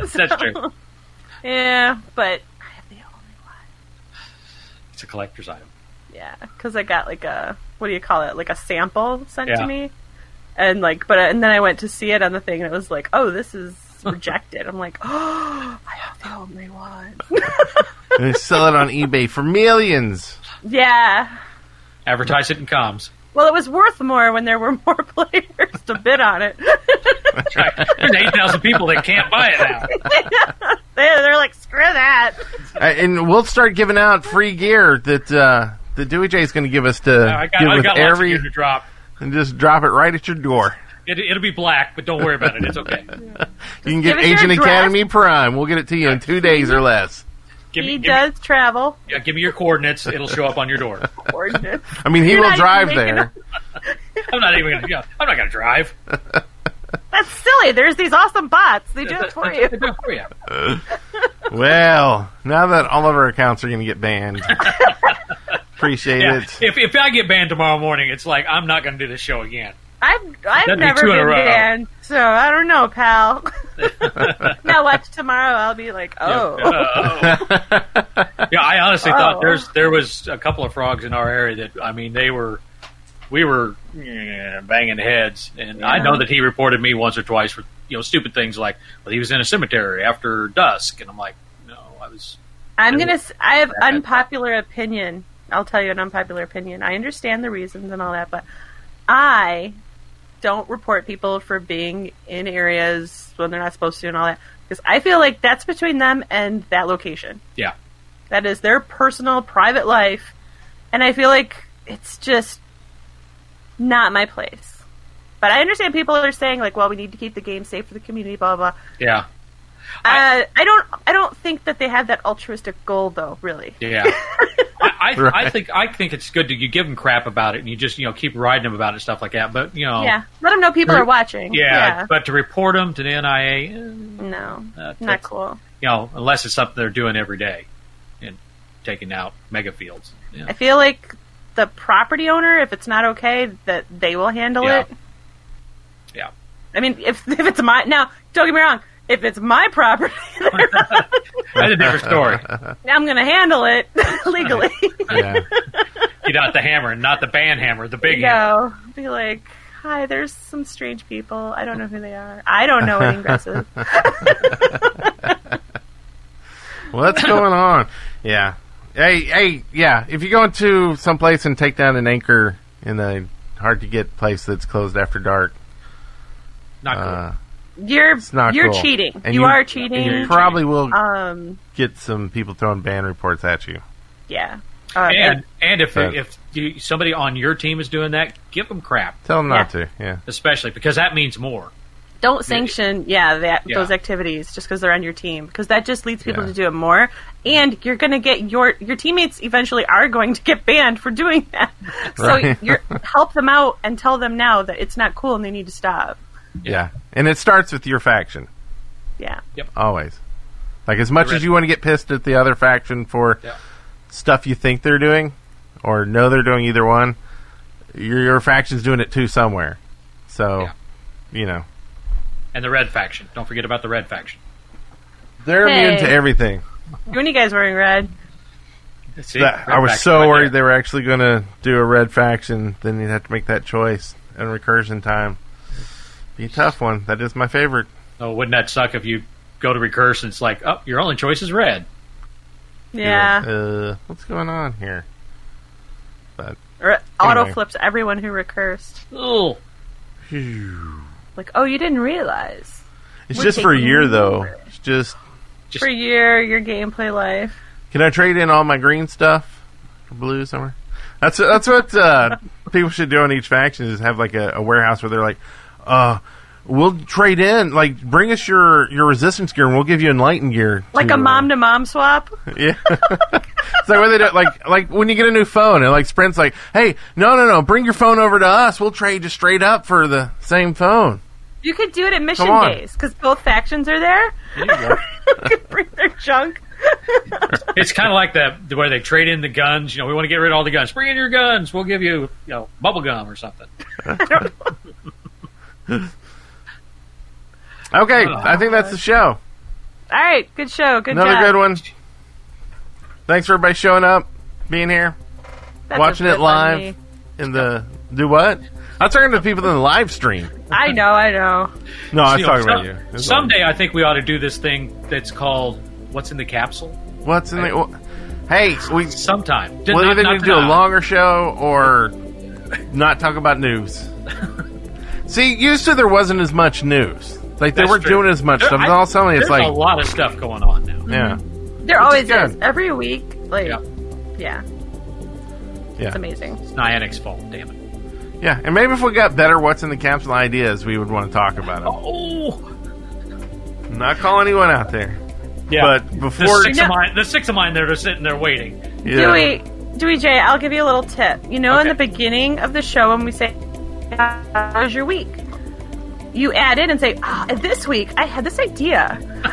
That's that's true.
Yeah, but I have the only
It's a collector's item.
yeah, because I got like a what do you call it, like a sample sent
Yeah.
to me, and like, but uh, and then I went to see it on the thing, and it was like, oh, this is rejected. I'm like, oh, I have the only one.
And they sell it on eBay for millions.
yeah.
Advertise it in comms.
Well, it was worth more when there were more players to bid on it.
There's eight thousand people that can't buy it now.
they, they're like, screw that.
Uh, and we'll start giving out free gear that uh, that Dewey J is going to give us to
Oh, I got,
give
I've
with
got lots
every
of gear to drop.
and just drop it right at your door.
It, it'll be black, but don't worry about it. It's okay.
you can get
give us your
Agent
address.
Academy Prime. We'll get it to you in two days or less.
Give me,
He
give, me,
does travel.
yeah, give me your coordinates. It'll show up on your door.
Coordinates.
I mean, he
You're
will
not
drive
even making
there.
I'm not even. Gonna, yeah, I'm not going to drive.
That's silly. There's these awesome bots. They do it for you.
They'll do it for you.
Well, now that all of our accounts are going to get banned, appreciate
Yeah.
it.
If, if I get banned tomorrow morning, it's like I'm not going to do this show again.
I've I've
That'd be
never
two in a
been
row.
banned, so I don't know, pal. now watch tomorrow. I'll be like, oh,
Yeah, I honestly
Oh.
thought there's there was a couple of frogs in our area that I mean they were we were eh, banging heads, and I know that he reported me once or twice for you know stupid things like well he was in a cemetery after dusk, and I'm like no I was
I'm gonna. s- I have unpopular opinion. I'll tell you an unpopular opinion. I understand the reasons and all that, but I don't report people for being in areas when they're not supposed to and all that because I feel like that's between them and that location.
yeah
That is their personal, private life, and I feel like it's just not my place. But I understand people are saying like, "Well, we need to keep the game safe for the community," blah blah. blah.
yeah
Uh, I don't. I don't think that they have that altruistic goal, though. Really.
yeah. I, I, I think I think it's good that you give them crap about it and you just you know keep riding them about it and stuff like that. But you know
Yeah, let them know people are watching.
Oh. yeah, But to report them to the NIA, eh,
no, not
that's-
cool.
you know, unless it's something they're doing every day and taking out mega fields.
I feel like the property owner, if it's not okay, that they will handle
Yeah.
it.
Yeah.
I mean, if if it's my now, don't get me wrong. If it's my property,
That's a different story.
I'm going to handle it legally.
Yeah.
You got the hammer, not the band hammer, the big hammer.
Go be like, hi. There's some strange people. I don't know who they are. I don't know what ingresses.
What's going on? Yeah. Hey, hey, yeah. If you go into some place and take down an anchor in a hard to get place that's closed after dark,
Not cool.
uh,
You're
it's not
you're
cool.
cheating.
And
you,
you-
are
you
cheating.
probably will
um.
get some people throwing ban reports at you.
Yeah. Uh,
and and if
But-
if you, somebody on your team is doing that, give them crap,
Tell them not
Yeah.
to. Yeah.
especially because that means more.
don't sanction yeah, that
Yeah.
those activities just because they're on your team because that just leads people
Yeah.
to do it more and you're going to get your your teammates eventually are going to get banned for doing that
Right.
so you're help them out and tell them now that it's not cool and they need to stop
Yeah. And it starts with your faction,
yeah
always. Like, as much
The
as
red-
you want to get pissed at the other faction for
Yeah.
stuff you think they're doing or know they're doing either one, your, your faction's doing it too somewhere. So,
Yeah.
you know,
And the red faction. Don't forget about the red faction.
they're immune
Hey.
to everything.
when you guys wearing red
See,
That-
red
I was
faction
so
right
worried
there.
they were actually going to do a red faction. Then you'd have to make that choice in recursion time. Be a tough one. That is my favorite.
Oh, wouldn't that suck if you go to recurse and it's like, oh, your only choice is red.
yeah
Uh, what's going on here?
or auto
anyway.
flips everyone who recursed
Oh,
Like, oh, you didn't realize.
It's
We're
just for a
taking
year,
over.
though. It's just.
Just-
For a year, your gameplay life.
Can I trade in all my green stuff for blue somewhere? That's that's what uh, people should do on each faction is have like a, a warehouse where they're like, uh, we'll trade in, like bring us your your resistance gear and we'll give you enlightened gear.
Like
to,
a mom
uh,
to mom swap.
yeah. it's like when they do like like when you get a new phone and like Sprint's like, hey, no no no, bring your phone over to us. We'll trade you straight up for the same phone.
You could do it at mission
Come on.
days because both factions are there. could bring their junk.
It's kind of like that the way they trade in the guns. You know, we want to get rid of all the guns. Bring in your guns. We'll give you, you know, bubble gum or something.
Okay, I think that's the show.
All right, good show. Good
Another
job.
good one. Thanks for everybody showing up, being here.
That's
Watching
a
it
good one,
live.
me.
in the do what? I'm talking to people in the live stream.
I know, I know.
No, I was
You know,
talking about
some-
you. It's
Someday I think we ought to do this thing that's called "What's in the Capsule."
all- What's in the? Well, hey, we
Sometime. Did
we
not-
either
not
need to do a
tonight.
longer show or not talk about news. See, used to there wasn't as much news. Like they
That's
weren't
true.
doing as much
There-
stuff.
I-
And all of a sudden it's
there's a
like,
lot of stuff going on now.
yeah,
There always
good.
is. Every week. Like,
Yeah.
yeah. It's
yeah,
amazing.
It's Niantic's fault. Damn it.
yeah. And maybe if we got better, what's in the capsule ideas, we would want to talk about it.
Oh,
Not call anyone out there,
yeah.
but
the
before,
six,
No.
of mine, the six of mine that are sitting there waiting.
yeah,
Dewey, Dewey J, I'll give you a little tip. You know, in
Okay.
the beginning of the show, when we say, How's your week? You add in and say, Ah, This week I had this idea.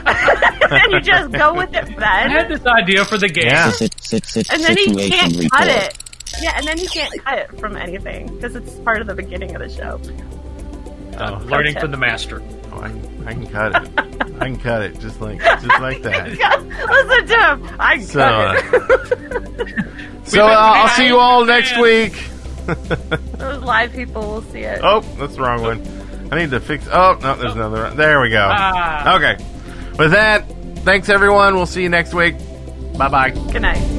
and you just go with it
I
then.
had this idea for the game.
yeah.
Sit- sit- sit-
And then he
Situation
can't cut
report.
it. Yeah, and then he can't cut it from anything because it's part of the beginning of the show.
Uh, learning
Okay.
from the master.
Oh, I, I can cut it. I can cut it just like just like that.
Listen to him. I
So, uh,
got it.
so uh, I'll see you all next week.
Those live people will see it.
Oh, that's the wrong one. I need to fix. Oh no, there's another. one. There we go.
Ah.
Okay. With that, thanks everyone. We'll see you next week. Bye bye.
Good night.